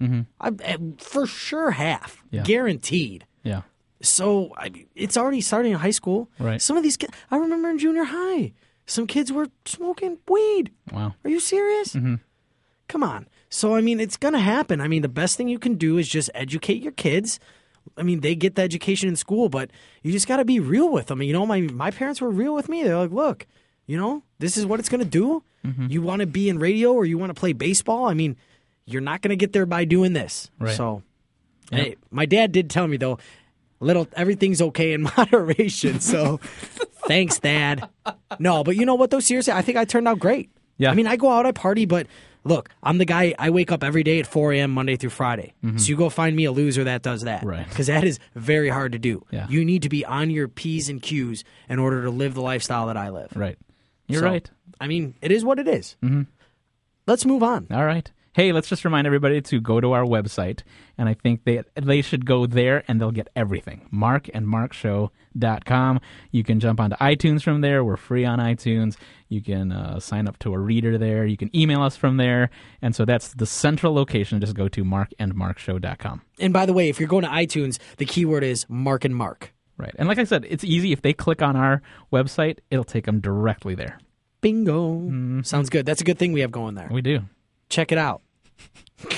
[SPEAKER 3] I'm, eh, for sure half,
[SPEAKER 4] Mm-hmm. Yeah.
[SPEAKER 3] guaranteed.
[SPEAKER 4] Yeah.
[SPEAKER 3] So I mean, it's already starting in high school.
[SPEAKER 4] Right.
[SPEAKER 3] Some of these kids, I remember in junior high, some kids were smoking weed.
[SPEAKER 4] Wow. Mm-hmm.
[SPEAKER 3] Are you serious? Come on. So I mean, it's gonna happen. I mean, the best thing you can do is just educate your kids. I mean, they get the education in school, but you just got to be real with them. You know, my my parents were real with me. They're like, look, you know, this is what it's gonna do.
[SPEAKER 4] Mm-hmm.
[SPEAKER 3] You want to be in radio or you want to play baseball? I mean, you're not gonna get there by doing this.
[SPEAKER 4] Right.
[SPEAKER 3] So, hey, my dad did tell me though, little everything's okay in moderation. So. Thanks, Dad. No, but you know what though? Seriously, I think I turned out great.
[SPEAKER 4] Yeah.
[SPEAKER 3] I mean, I go out, I party, but look, I'm the guy. I wake up every day at 4 a.m. Monday through Friday. So you go find me a loser that does that,
[SPEAKER 4] Mm-hmm. Right.
[SPEAKER 3] Because that is very hard to do.
[SPEAKER 4] Yeah.
[SPEAKER 3] You need to be on your p's and q's in order to live the lifestyle that I live.
[SPEAKER 4] Right. Mm-hmm. You're
[SPEAKER 3] So,
[SPEAKER 4] right.
[SPEAKER 3] I mean, it is what it is. Let's move on.
[SPEAKER 4] All right. Hey, let's just remind everybody to go to our website, and I think they they should go there and they'll get everything. Mark and markshow.com. You can jump onto iTunes from there. We're free on iTunes. You can uh, sign up to a reader there. You can email us from there. And so that's the central location. Just go to markandmarkshow.com.
[SPEAKER 3] And by the way, if you're going to iTunes, the keyword is Mark and Mark.
[SPEAKER 4] Right. And like I said, it's easy. If they click on our website, it'll take them directly there.
[SPEAKER 3] Bingo. Sounds good. That's a good thing we have going there.
[SPEAKER 4] We do.
[SPEAKER 3] Check it out.
[SPEAKER 4] We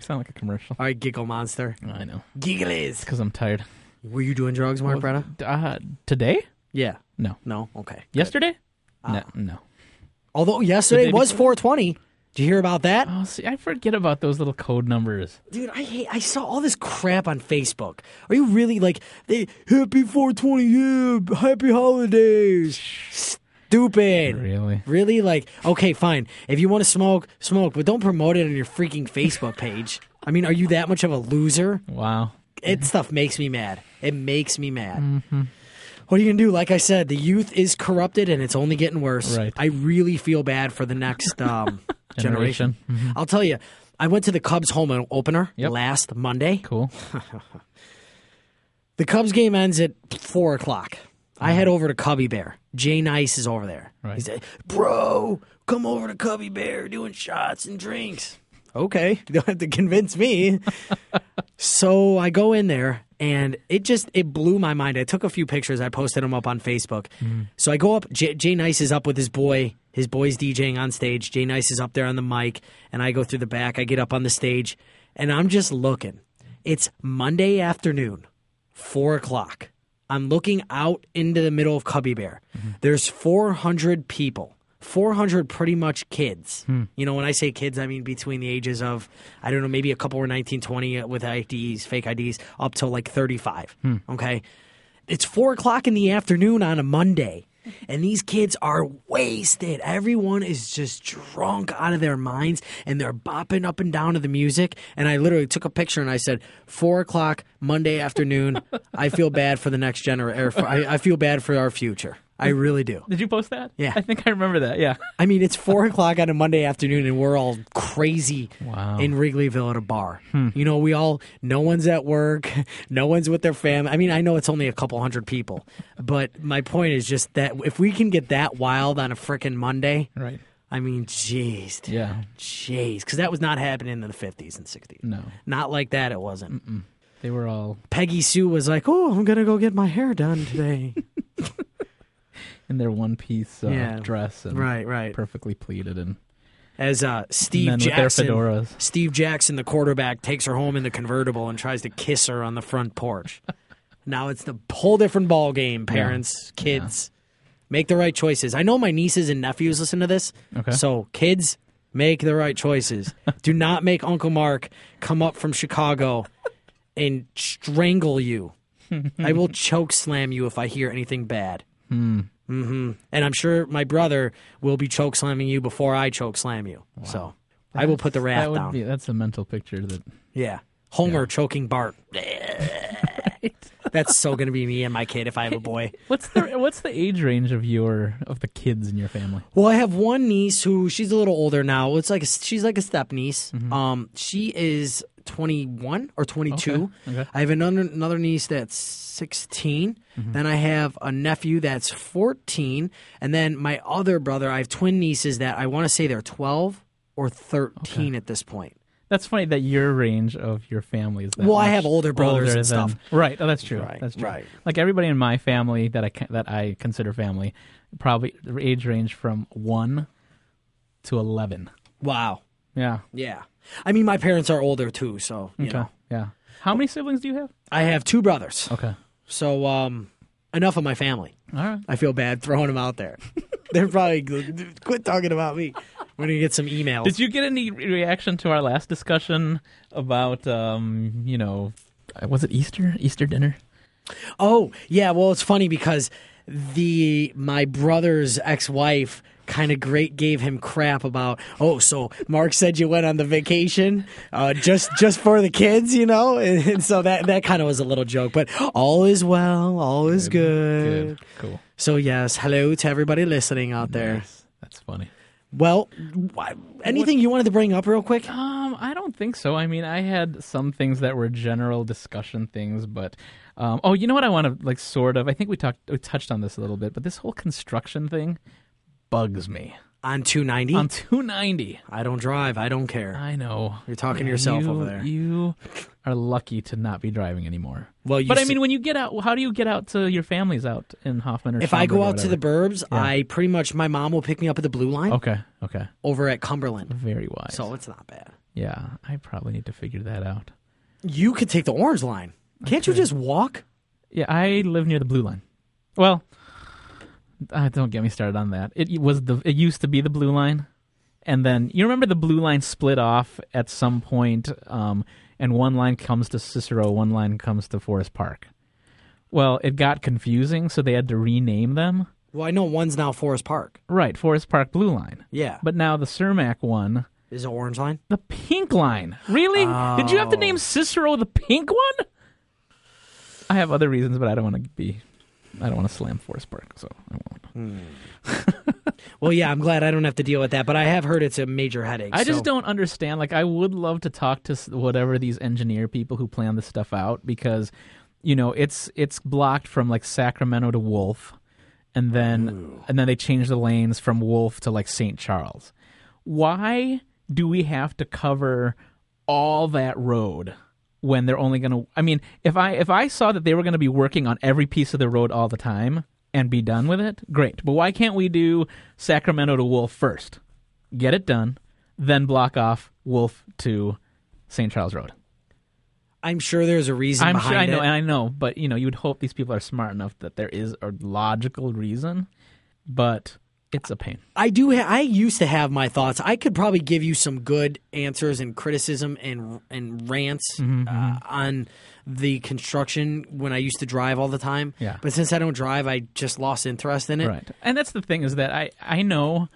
[SPEAKER 4] sound like a commercial.
[SPEAKER 3] All right, Giggle Monster.
[SPEAKER 4] I know.
[SPEAKER 3] Giggles.
[SPEAKER 4] Because I'm tired.
[SPEAKER 3] Were you doing drugs, Mark Brenna?
[SPEAKER 4] Uh, today?
[SPEAKER 3] Yeah.
[SPEAKER 4] No.
[SPEAKER 3] No? Okay.
[SPEAKER 4] Yesterday? no. No.
[SPEAKER 3] Although oh, yesterday
[SPEAKER 4] day
[SPEAKER 3] was 420. Did you hear about that?
[SPEAKER 4] Oh, see, I forget about those little code numbers.
[SPEAKER 3] Dude, I hate. I saw all this crap on Facebook. Are you really like they happy 420? Yeah, happy holidays. Stupid.
[SPEAKER 4] Really?
[SPEAKER 3] Really? Like, okay, fine. If you want to smoke, smoke, but don't promote it on your freaking Facebook page. I mean, are you that much of a loser?
[SPEAKER 4] Wow. Mm-hmm.
[SPEAKER 3] It stuff makes me mad. It makes me mad. What are you gonna do? Like I said, the youth is corrupted and it's only getting worse.
[SPEAKER 4] Right.
[SPEAKER 3] I really feel bad for the next um, generation.
[SPEAKER 4] Generation. Mm-hmm.
[SPEAKER 3] I'll tell you, I went to the Cubs home opener
[SPEAKER 4] Yep.
[SPEAKER 3] last Monday.
[SPEAKER 4] Cool.
[SPEAKER 3] The Cubs game ends at four o'clock. I head over to Cubby Bear. Jay Nice is over there.
[SPEAKER 4] Right.
[SPEAKER 3] He's like, bro, come over to Cubby Bear doing shots and drinks. Okay. You don't have to convince me. so I go in there and it just it blew my mind. I took a few pictures, I posted them up on Facebook. So I go up, Jay, Jay Nice is up with his boy. His boy's DJing on stage. Jay Nice is up there on the mic, and I go through the back. I get up on the stage, and I'm just looking. It's Monday afternoon four o'clock. I'm looking out into the middle of Cubby Bear. There's 400 people, 400 pretty much kids. You know, when I say kids, I mean between the ages of, I don't know, maybe a couple were 19, 20 uh, with IDs, fake IDs, up till like 35. Okay. It's four o'clock in the afternoon on a Monday. And these kids are wasted. Everyone is just drunk out of their minds and they're bopping up and down to the music. And I literally took a picture and I said, Four o'clock, Monday afternoon. I feel bad for the next generation. I, I feel bad for our future. I really do.
[SPEAKER 4] Did you post that?
[SPEAKER 3] Yeah.
[SPEAKER 4] I think I remember that. Yeah.
[SPEAKER 3] I mean, it's four o'clock on a Monday afternoon, and we're all crazy
[SPEAKER 4] Wow. Hmm.
[SPEAKER 3] in Wrigleyville at a bar. You know, we all no one's at work, no one's with their family. I mean, I know it's only a couple hundred people, but my point is just that if we can get that wild on a frickin' Monday,
[SPEAKER 4] Right.
[SPEAKER 3] I mean, jeez, dude.
[SPEAKER 4] Yeah.
[SPEAKER 3] jeez, because that was not happening in the fifties and sixties.
[SPEAKER 4] No.
[SPEAKER 3] Not like that, it wasn't.
[SPEAKER 4] They were all
[SPEAKER 3] Peggy Sue was like, "Oh, I'm gonna go get my hair done today."
[SPEAKER 4] in their one piece uh,
[SPEAKER 3] Yeah.
[SPEAKER 4] dress and
[SPEAKER 3] right, right.
[SPEAKER 4] perfectly pleated and
[SPEAKER 3] as uh, Steve
[SPEAKER 4] Men with their
[SPEAKER 3] Jackson,
[SPEAKER 4] fedoras.
[SPEAKER 3] Steve Jackson, the quarterback, takes her home in the convertible and tries to kiss her on the front porch. now it's the whole different ball game. Parents, kids, make the right choices. I know my nieces and nephews listen to this,
[SPEAKER 4] Okay.
[SPEAKER 3] so kids, make the right choices. Do not make Uncle Mark come up from Chicago and strangle you. I will choke slam you if I hear anything bad. hmm And I'm sure my brother will be choke slamming you before I choke slam you. So I will put the
[SPEAKER 4] that
[SPEAKER 3] wrath
[SPEAKER 4] would
[SPEAKER 3] down.
[SPEAKER 4] be that's a mental picture that
[SPEAKER 3] yeah. Homer choking Bart. That's so going to be me and my kid if I have a boy.
[SPEAKER 4] What's the what's the age range of your of the kids in your family?
[SPEAKER 3] Well, I have one niece who she's a little older now. It's like a, she's like a step niece.
[SPEAKER 4] Mm-hmm.
[SPEAKER 3] Um, she is 21 or 22.
[SPEAKER 4] Okay, okay.
[SPEAKER 3] I have another another niece that's 16.
[SPEAKER 4] Mm-hmm.
[SPEAKER 3] Then I have a nephew that's 14, and then my other brother. I have twin nieces that I want to say they're 12 or 13 at this point.
[SPEAKER 4] That's funny that your range of your family is that.
[SPEAKER 3] Well, I
[SPEAKER 4] much
[SPEAKER 3] have older brothers and
[SPEAKER 4] older than-
[SPEAKER 3] stuff.
[SPEAKER 4] Right. Oh, that's true.
[SPEAKER 3] Right,
[SPEAKER 4] That's true.
[SPEAKER 3] right.
[SPEAKER 4] Like everybody in my family that I ca- that I consider family, probably the age range from one to eleven.
[SPEAKER 3] Wow.
[SPEAKER 4] Yeah.
[SPEAKER 3] Yeah. I mean, my parents are older too, so you
[SPEAKER 4] Okay.
[SPEAKER 3] know.
[SPEAKER 4] Yeah. How many siblings do you have?
[SPEAKER 3] I have two brothers.
[SPEAKER 4] Okay.
[SPEAKER 3] So um, enough of my family.
[SPEAKER 4] All right.
[SPEAKER 3] I feel bad throwing them out there. They're probably g- quit talking about me. We're gonna get some emails.
[SPEAKER 4] Did you get any re- reaction to our last discussion about um, you know, uh, was it Easter? Easter dinner?
[SPEAKER 3] oh yeah, well it's funny because the my brother's ex-wife kind of great gave him crap about oh so mark said you went on the vacation uh, just just for the kids you know and, and so that that kind of was a little joke but all is well all is good,
[SPEAKER 4] Good. Cool.
[SPEAKER 3] so yes hello to everybody listening out there
[SPEAKER 4] That's funny.
[SPEAKER 3] well wh- anything you wanted to bring up real quick
[SPEAKER 4] Um, I don't think so. I mean, I had some things that were general discussion things, but um, oh, you know what? I want to like sort of. I think we talked, we touched on this a little bit, but this whole construction thing bugs me.
[SPEAKER 3] on 290
[SPEAKER 4] On 290,
[SPEAKER 3] i don't drive i don't care
[SPEAKER 4] I know
[SPEAKER 3] You're talking to
[SPEAKER 4] Yeah,
[SPEAKER 3] yourself
[SPEAKER 4] you-
[SPEAKER 3] over there.
[SPEAKER 4] You are lucky to not be driving anymore.
[SPEAKER 3] Well, you
[SPEAKER 4] but I
[SPEAKER 3] s-
[SPEAKER 4] mean, when you get out, how do you get out to your families out in Hoffman or?
[SPEAKER 3] if i
[SPEAKER 4] Schaumburg
[SPEAKER 3] go
[SPEAKER 4] or
[SPEAKER 3] out to the
[SPEAKER 4] whatever? Oh.
[SPEAKER 3] burbs i pretty much my mom will pick me up at the blue line
[SPEAKER 4] okay, okay,
[SPEAKER 3] over at cumberland
[SPEAKER 4] very wise.
[SPEAKER 3] so it's not bad
[SPEAKER 4] yeah, I probably need to figure that out.
[SPEAKER 3] you could take the orange line. Can't you just walk?
[SPEAKER 4] Yeah, I live near the blue line. Well, uh, don't get me started on that. It was the it used to be the blue line, and then you remember the blue line split off at some point, um, and one line comes to Cicero, one line comes to Forest Park. Well, it got confusing, so they had to rename them.
[SPEAKER 3] Well, I know one's now Forest Park.
[SPEAKER 4] Right, Forest Park Blue Line.
[SPEAKER 3] Yeah.
[SPEAKER 4] But now the Cermak one,
[SPEAKER 3] Is it orange line?
[SPEAKER 4] the pink line. Really? Did you have to name Cicero the pink one? I have other reasons, but I don't want to be. I don't want to slam Forest Park, so I won't.
[SPEAKER 3] Well, yeah, I'm glad I don't have to deal with that, but I have heard it's a major headache.
[SPEAKER 4] I just
[SPEAKER 3] so-
[SPEAKER 4] don't understand. Like, I would love to talk to s- whatever these engineer people who plan this stuff out because, you know, it's it's blocked from like Sacramento to Wolf, and then and then they change the lanes from Wolf to like St. Charles. Why do we have to cover all that road when they're only going to? I mean, if I if I saw that they were going to be working on every piece of the road all the time and be done with it, great. But why can't we do Sacramento to Wolf first? get it done, then block off Wolf to St. Charles Road.
[SPEAKER 3] I'm sure there's a reason
[SPEAKER 4] I'm
[SPEAKER 3] behind
[SPEAKER 4] sure I know,
[SPEAKER 3] it.
[SPEAKER 4] and I know, but you know, you would hope these people are smart enough that there is a logical reason, but it's a pain.
[SPEAKER 3] I do. Ha- I used to have my thoughts. I could probably give you some good answers and criticism and and rants
[SPEAKER 4] Mm-hmm,
[SPEAKER 3] uh, on the construction when I used to drive all the time.
[SPEAKER 4] Yeah.
[SPEAKER 3] But since I don't drive, I just lost interest in it.
[SPEAKER 4] Right. And that's the thing is that I I know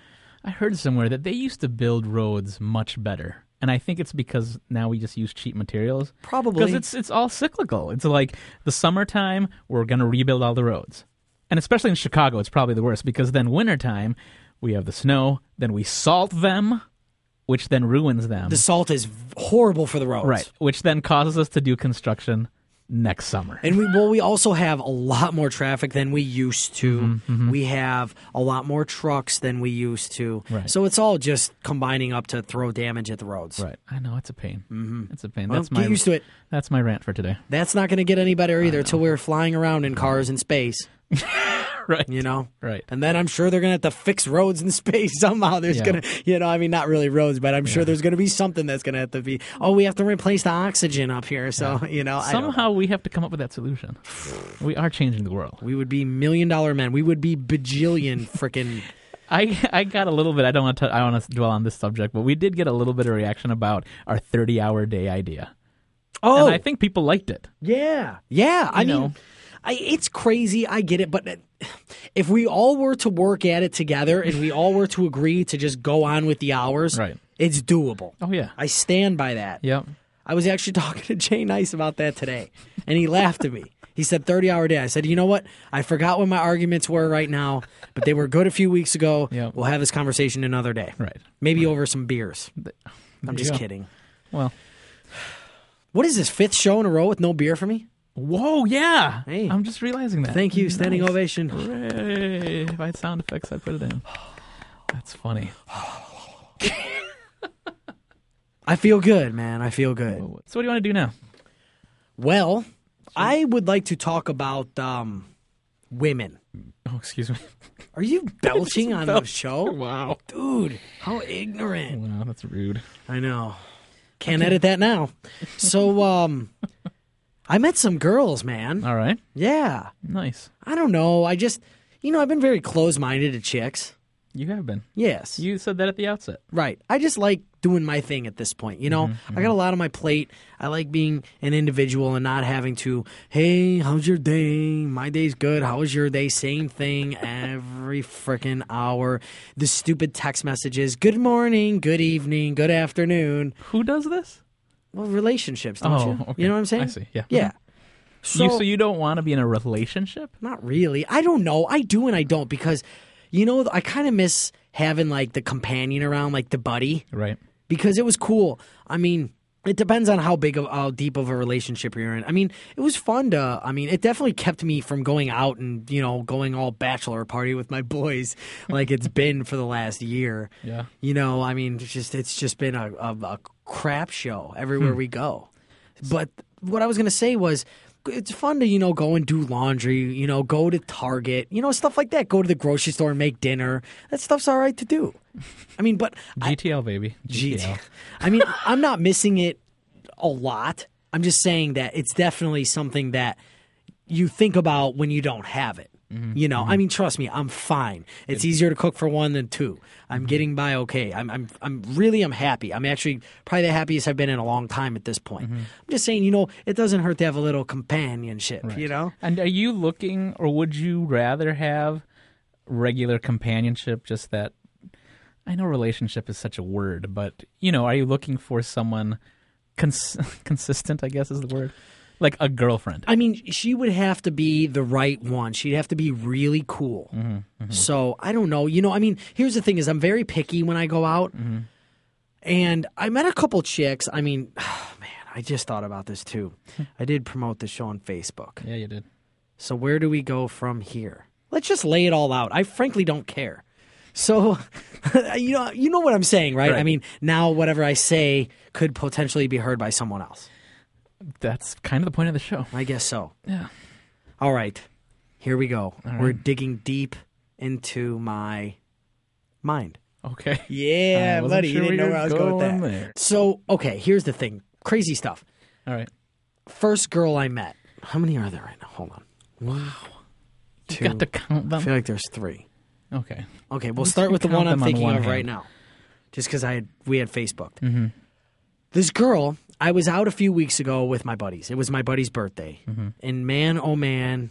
[SPEAKER 4] I heard somewhere that they used to build roads much better. And I think it's because now we just use cheap materials.
[SPEAKER 3] Probably.
[SPEAKER 4] Because it's it's all cyclical. It's like the summertime, we're going to rebuild all the roads. And especially in Chicago, it's probably the worst because then wintertime, we have the snow, then we salt them, which then ruins them.
[SPEAKER 3] The salt is horrible for the roads.
[SPEAKER 4] right. Which then causes us to do construction next summer.
[SPEAKER 3] And we well, we also have a lot more traffic than we used to.
[SPEAKER 4] Mm-hmm,
[SPEAKER 3] We have a lot more trucks than we used to.
[SPEAKER 4] Right.
[SPEAKER 3] So it's all just combining up to throw damage at the roads.
[SPEAKER 4] Right. I know it's a pain. Mm-hmm. It's a pain.
[SPEAKER 3] Well,
[SPEAKER 4] That's
[SPEAKER 3] get
[SPEAKER 4] my
[SPEAKER 3] used to it.
[SPEAKER 4] That's my rant for today.
[SPEAKER 3] That's not going to get any better either till we're flying around in cars in space.
[SPEAKER 4] Right.
[SPEAKER 3] You know.
[SPEAKER 4] Right.
[SPEAKER 3] And then I'm sure they're going to have to fix roads in space somehow. There's
[SPEAKER 4] Yeah.
[SPEAKER 3] going to, you know, I mean, not really roads, but I'm sure there's going to be something that's going to have to be. Oh, we have to replace the oxygen up here. So you know, I don't know.
[SPEAKER 4] Somehow we have to come up with that solution. We are changing the world.
[SPEAKER 3] we would be million dollar men. We would be bajillion freaking.
[SPEAKER 4] I I got a little bit. I don't want to. I want to dwell on this subject, but we did get a little bit of reaction about our thirty-hour day idea,
[SPEAKER 3] Oh,
[SPEAKER 4] and I think people liked it.
[SPEAKER 3] Yeah. Yeah. I
[SPEAKER 4] You know.
[SPEAKER 3] mean, I, it's crazy. I get it. But uh, if we all were to work at it together and we all were to agree to just go on with the hours,
[SPEAKER 4] Right.
[SPEAKER 3] it's doable.
[SPEAKER 4] Oh yeah.
[SPEAKER 3] I stand by that.
[SPEAKER 4] Yep.
[SPEAKER 3] I was actually talking to Jay Nice about that today, and he laughed at me. He said 30 hour day. I said, you know what? I forgot what my arguments were right now, but they were good a few weeks ago.
[SPEAKER 4] Yeah.
[SPEAKER 3] We'll have this conversation another day.
[SPEAKER 4] Right.
[SPEAKER 3] Maybe over some beers. I'm just
[SPEAKER 4] go.
[SPEAKER 3] kidding.
[SPEAKER 4] Well.
[SPEAKER 3] What is this fifth show in a row with no beer for me?
[SPEAKER 4] Whoa. Yeah.
[SPEAKER 3] Hey.
[SPEAKER 4] I'm just realizing that.
[SPEAKER 3] Thank you. Standing
[SPEAKER 4] Nice.
[SPEAKER 3] ovation.
[SPEAKER 4] Hooray. If I had sound effects, I put it in. That's funny.
[SPEAKER 3] I feel good, man. I feel good.
[SPEAKER 4] So what do you want to do now?
[SPEAKER 3] Well, I would like to talk about um, women.
[SPEAKER 4] Oh, excuse me.
[SPEAKER 3] Are you belching on the show?
[SPEAKER 4] Wow.
[SPEAKER 3] Dude, how ignorant.
[SPEAKER 4] Wow, that's rude.
[SPEAKER 3] I know. Can't edit that now. So, um, I met some girls, man.
[SPEAKER 4] All right.
[SPEAKER 3] Yeah.
[SPEAKER 4] Nice.
[SPEAKER 3] I don't know. I just, you know, I've been very close minded to chicks.
[SPEAKER 4] You have been.
[SPEAKER 3] Yes.
[SPEAKER 4] You said that at the outset.
[SPEAKER 3] Right. I just like doing my thing at this point. You know,
[SPEAKER 4] Mm-hmm,
[SPEAKER 3] I got a lot on my plate. I like being an individual and not having to, hey, how's your day? My day's good. How was your day? Same thing every freaking hour. The stupid text messages good morning, good evening, good afternoon.
[SPEAKER 4] Who does this?
[SPEAKER 3] Well, relationships, don't
[SPEAKER 4] Oh,
[SPEAKER 3] you?
[SPEAKER 4] okay.
[SPEAKER 3] You know what I'm saying?
[SPEAKER 4] I see, yeah.
[SPEAKER 3] Yeah.
[SPEAKER 4] So you, so you don't want to be in a relationship?
[SPEAKER 3] Not really. I don't know. I do and I don't because, you know, I kind of miss having like the companion around, like the buddy,
[SPEAKER 4] Right.
[SPEAKER 3] because it was cool. I mean, it depends on how big of how deep of a relationship you're in. I mean, it was fun to. I mean, it definitely kept me from going out and you know going all bachelor party with my boys like it's been for the last year.
[SPEAKER 4] Yeah.
[SPEAKER 3] You know, I mean, it's just it's just been a, a, a crap show everywhere we go. But what I was gonna say was, it's fun to you know go and do laundry, you know, go to Target, you know, stuff like that. Go to the grocery store and make dinner. That stuff's all right to do. I mean, but
[SPEAKER 4] GTL, baby.
[SPEAKER 3] GTL. I mean, I'm not missing it a lot. I'm just saying that it's definitely something that you think about when you don't have it. You know, I mean, trust me, I'm fine. It's easier to cook for one than two. I'm getting by okay. I'm, I'm, I'm really, I'm happy. I'm actually probably the happiest I've been in a long time at this point. I'm just saying, you know, it doesn't hurt to have a little companionship. You know,
[SPEAKER 4] And are you looking, or would you rather have regular companionship? Just that. I know relationship is such a word, but you know, are you looking for someone cons- consistent? I guess is the word, like a girlfriend.
[SPEAKER 3] I mean, she would have to be the right one. She'd have to be really cool. So I don't know. You know, I mean, here's the thing: is I'm very picky when I go out, and I met a couple chicks. I mean, man, I just thought about this too. I did promote the show on Facebook.
[SPEAKER 4] yeah, you did.
[SPEAKER 3] So where do we go from here? Let's just lay it all out. I frankly don't care. So, you know, you know what I'm saying, right? I
[SPEAKER 4] Right.
[SPEAKER 3] mean, now whatever I say could potentially be heard by someone else.
[SPEAKER 4] That's kind of the point of the show.
[SPEAKER 3] I guess so.
[SPEAKER 4] Yeah.
[SPEAKER 3] All right, here we go. We're digging deep into my mind.
[SPEAKER 4] Okay.
[SPEAKER 3] Yeah,
[SPEAKER 4] I wasn't
[SPEAKER 3] buddy,
[SPEAKER 4] sure
[SPEAKER 3] you didn't know
[SPEAKER 4] you're
[SPEAKER 3] where I was going with that.
[SPEAKER 4] going there.
[SPEAKER 3] So, okay, here's the thing. Crazy stuff.
[SPEAKER 4] All right.
[SPEAKER 3] First girl I met. How many are there right now? Hold on. Wow. Two.
[SPEAKER 4] Got to count
[SPEAKER 3] I
[SPEAKER 4] them.
[SPEAKER 3] feel like there's three.
[SPEAKER 4] Okay.
[SPEAKER 3] Okay, we'll start with the
[SPEAKER 4] count
[SPEAKER 3] one I'm
[SPEAKER 4] them on
[SPEAKER 3] thinking
[SPEAKER 4] one
[SPEAKER 3] of right
[SPEAKER 4] hand. Mm-hmm.
[SPEAKER 3] now, just because I had we had Facebooked. This girl, I was out a few weeks ago with my buddies. It was my buddy's birthday,
[SPEAKER 4] Mm-hmm.
[SPEAKER 3] and man, oh man,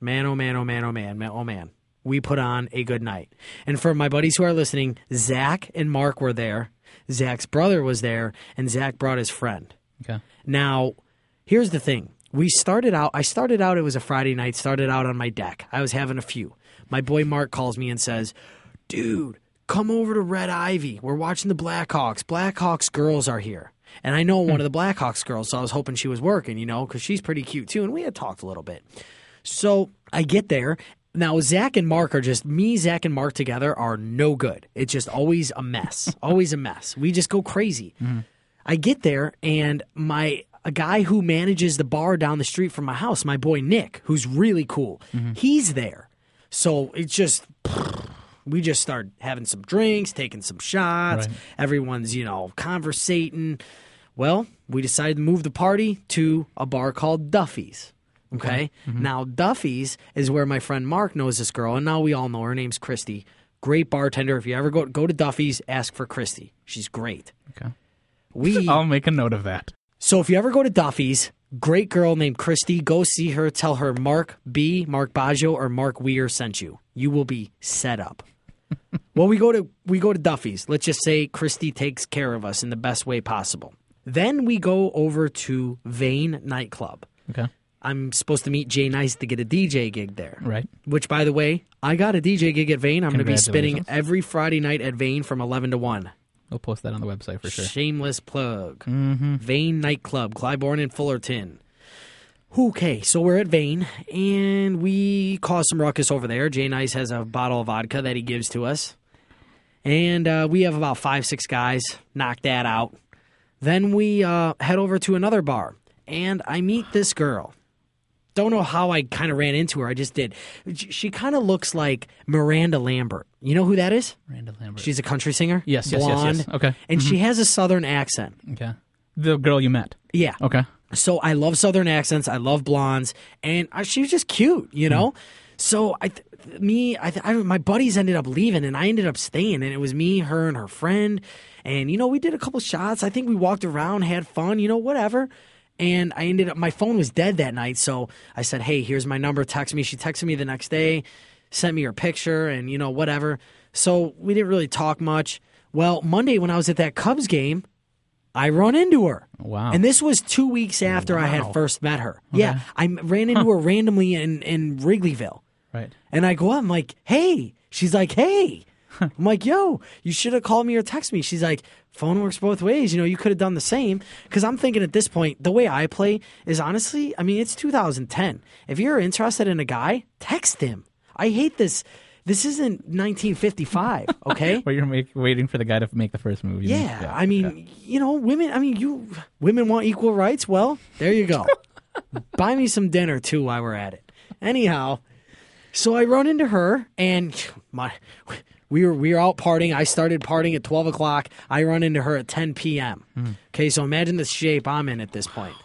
[SPEAKER 3] man, oh man, oh man, oh man, man, oh man, we put on a good night. And for my buddies who are listening, Zach and Mark were there. Zach's brother was there, and Zach brought his friend.
[SPEAKER 4] Okay.
[SPEAKER 3] Now, here's the thing. We started out, I started out, it was a Friday night, started out on my deck. I was having a few. My boy Mark calls me and says, Dude, come over to Red Ivy. We're watching the Blackhawks. Blackhawks girls are here. And I know one of the Blackhawks girls, so I was hoping she was working, you know, because she's pretty cute too. And we had talked a little bit. So I get there. Now, Zach and Mark are just me, Zach and Mark together are no good. It's just always a mess. always a mess. We just go crazy. I get there and my a guy who manages the bar down the street from my house, my boy Nick, who's really cool, he's there. So it's just we just start having some drinks, taking some shots.
[SPEAKER 4] Right.
[SPEAKER 3] Everyone's, you know, conversating. Well, we decided to move the party to a bar called Duffy's. Okay. Now, Duffy's is where my friend Mark knows this girl, and now we all know her. her name's Christy. Great bartender. If you ever go go to Duffy's, ask for Christy. She's great.
[SPEAKER 4] Okay.
[SPEAKER 3] We
[SPEAKER 4] I'll make a note of that.
[SPEAKER 3] so if you ever go to Duffy's, great girl named Christy, go see her. Tell her Mark B, Mark Baggio, or Mark Weir sent you. You will be set up. well, we go to we go to Duffy's. Let's just say Christy takes care of us in the best way possible. Then we go over to Vane nightclub.
[SPEAKER 4] Okay.
[SPEAKER 3] I'm supposed to meet Jay Nice to get a DJ gig there.
[SPEAKER 4] Right.
[SPEAKER 3] Which, by the way, I got a DJ gig at Vane. I'm going to be spinning
[SPEAKER 4] Congratulations.
[SPEAKER 3] every Friday night at Vane from 11 to 1.
[SPEAKER 4] We'll post that on the website for sure. Mm-hmm.
[SPEAKER 3] Shameless plug. Vane nightclub, Clybourne and Fullerton. Okay, so we're at Vane, and we cause some ruckus over there. Jay Nice has a bottle of vodka that he gives to us, and uh, we have about five, six guys. Knock that out. Then we uh, head over to another bar, and I meet this girl. Don't know how I kind of ran into her. I just did. She- She kind of looks like Miranda Lambert. You know who that is?
[SPEAKER 4] Miranda Lambert.
[SPEAKER 3] She's a country singer.
[SPEAKER 4] Yes, yes, yes,
[SPEAKER 3] blonde.
[SPEAKER 4] yes. Okay. Mm-hmm.
[SPEAKER 3] And she has a southern accent.
[SPEAKER 4] okay. The girl you met.
[SPEAKER 3] Yeah.
[SPEAKER 4] Okay.
[SPEAKER 3] So I love southern accents. I love blondes, and I, she was just cute, you know. So I, th- me, I, th- I, my buddies ended up leaving, and I ended up staying, and it was me, her, and her friend, and you know we did a couple shots. I think we walked around, had fun, you know, whatever. And I ended up, my phone was dead that night, so I said, "Hey, here's my number. Text me." She texted me the next day, sent me her picture, and you know whatever. So we didn't really talk much. Well, Monday when I was at that Cubs game, I run into her.
[SPEAKER 4] Wow.
[SPEAKER 3] And this was two weeks after I had first met her. Yeah. I m- ran into her randomly in, in Wrigleyville.
[SPEAKER 4] Right.
[SPEAKER 3] And I go up, I'm like, hey. She's like, hey. I'm like, yo, you should have called me or texted me. She's like, phone works both ways. You know, you could have done the same. Because I'm thinking at this point, the way I play is honestly, I mean, it's 2010. If you're interested in a guy, text him. I hate this. This isn't 1955, okay?
[SPEAKER 4] Well, you're make, waiting for the guy to make the first move. You mean?
[SPEAKER 3] Mm, Yeah, I mean, you know, women. I mean, you women want equal rights. Well, there you go. Buy me some dinner too while we're at it. Anyhow, so I run into her and my we were we were out partying. I started partying at twelve o'clock. I run into her at ten p.m. Okay, so imagine the shape I'm in at this point.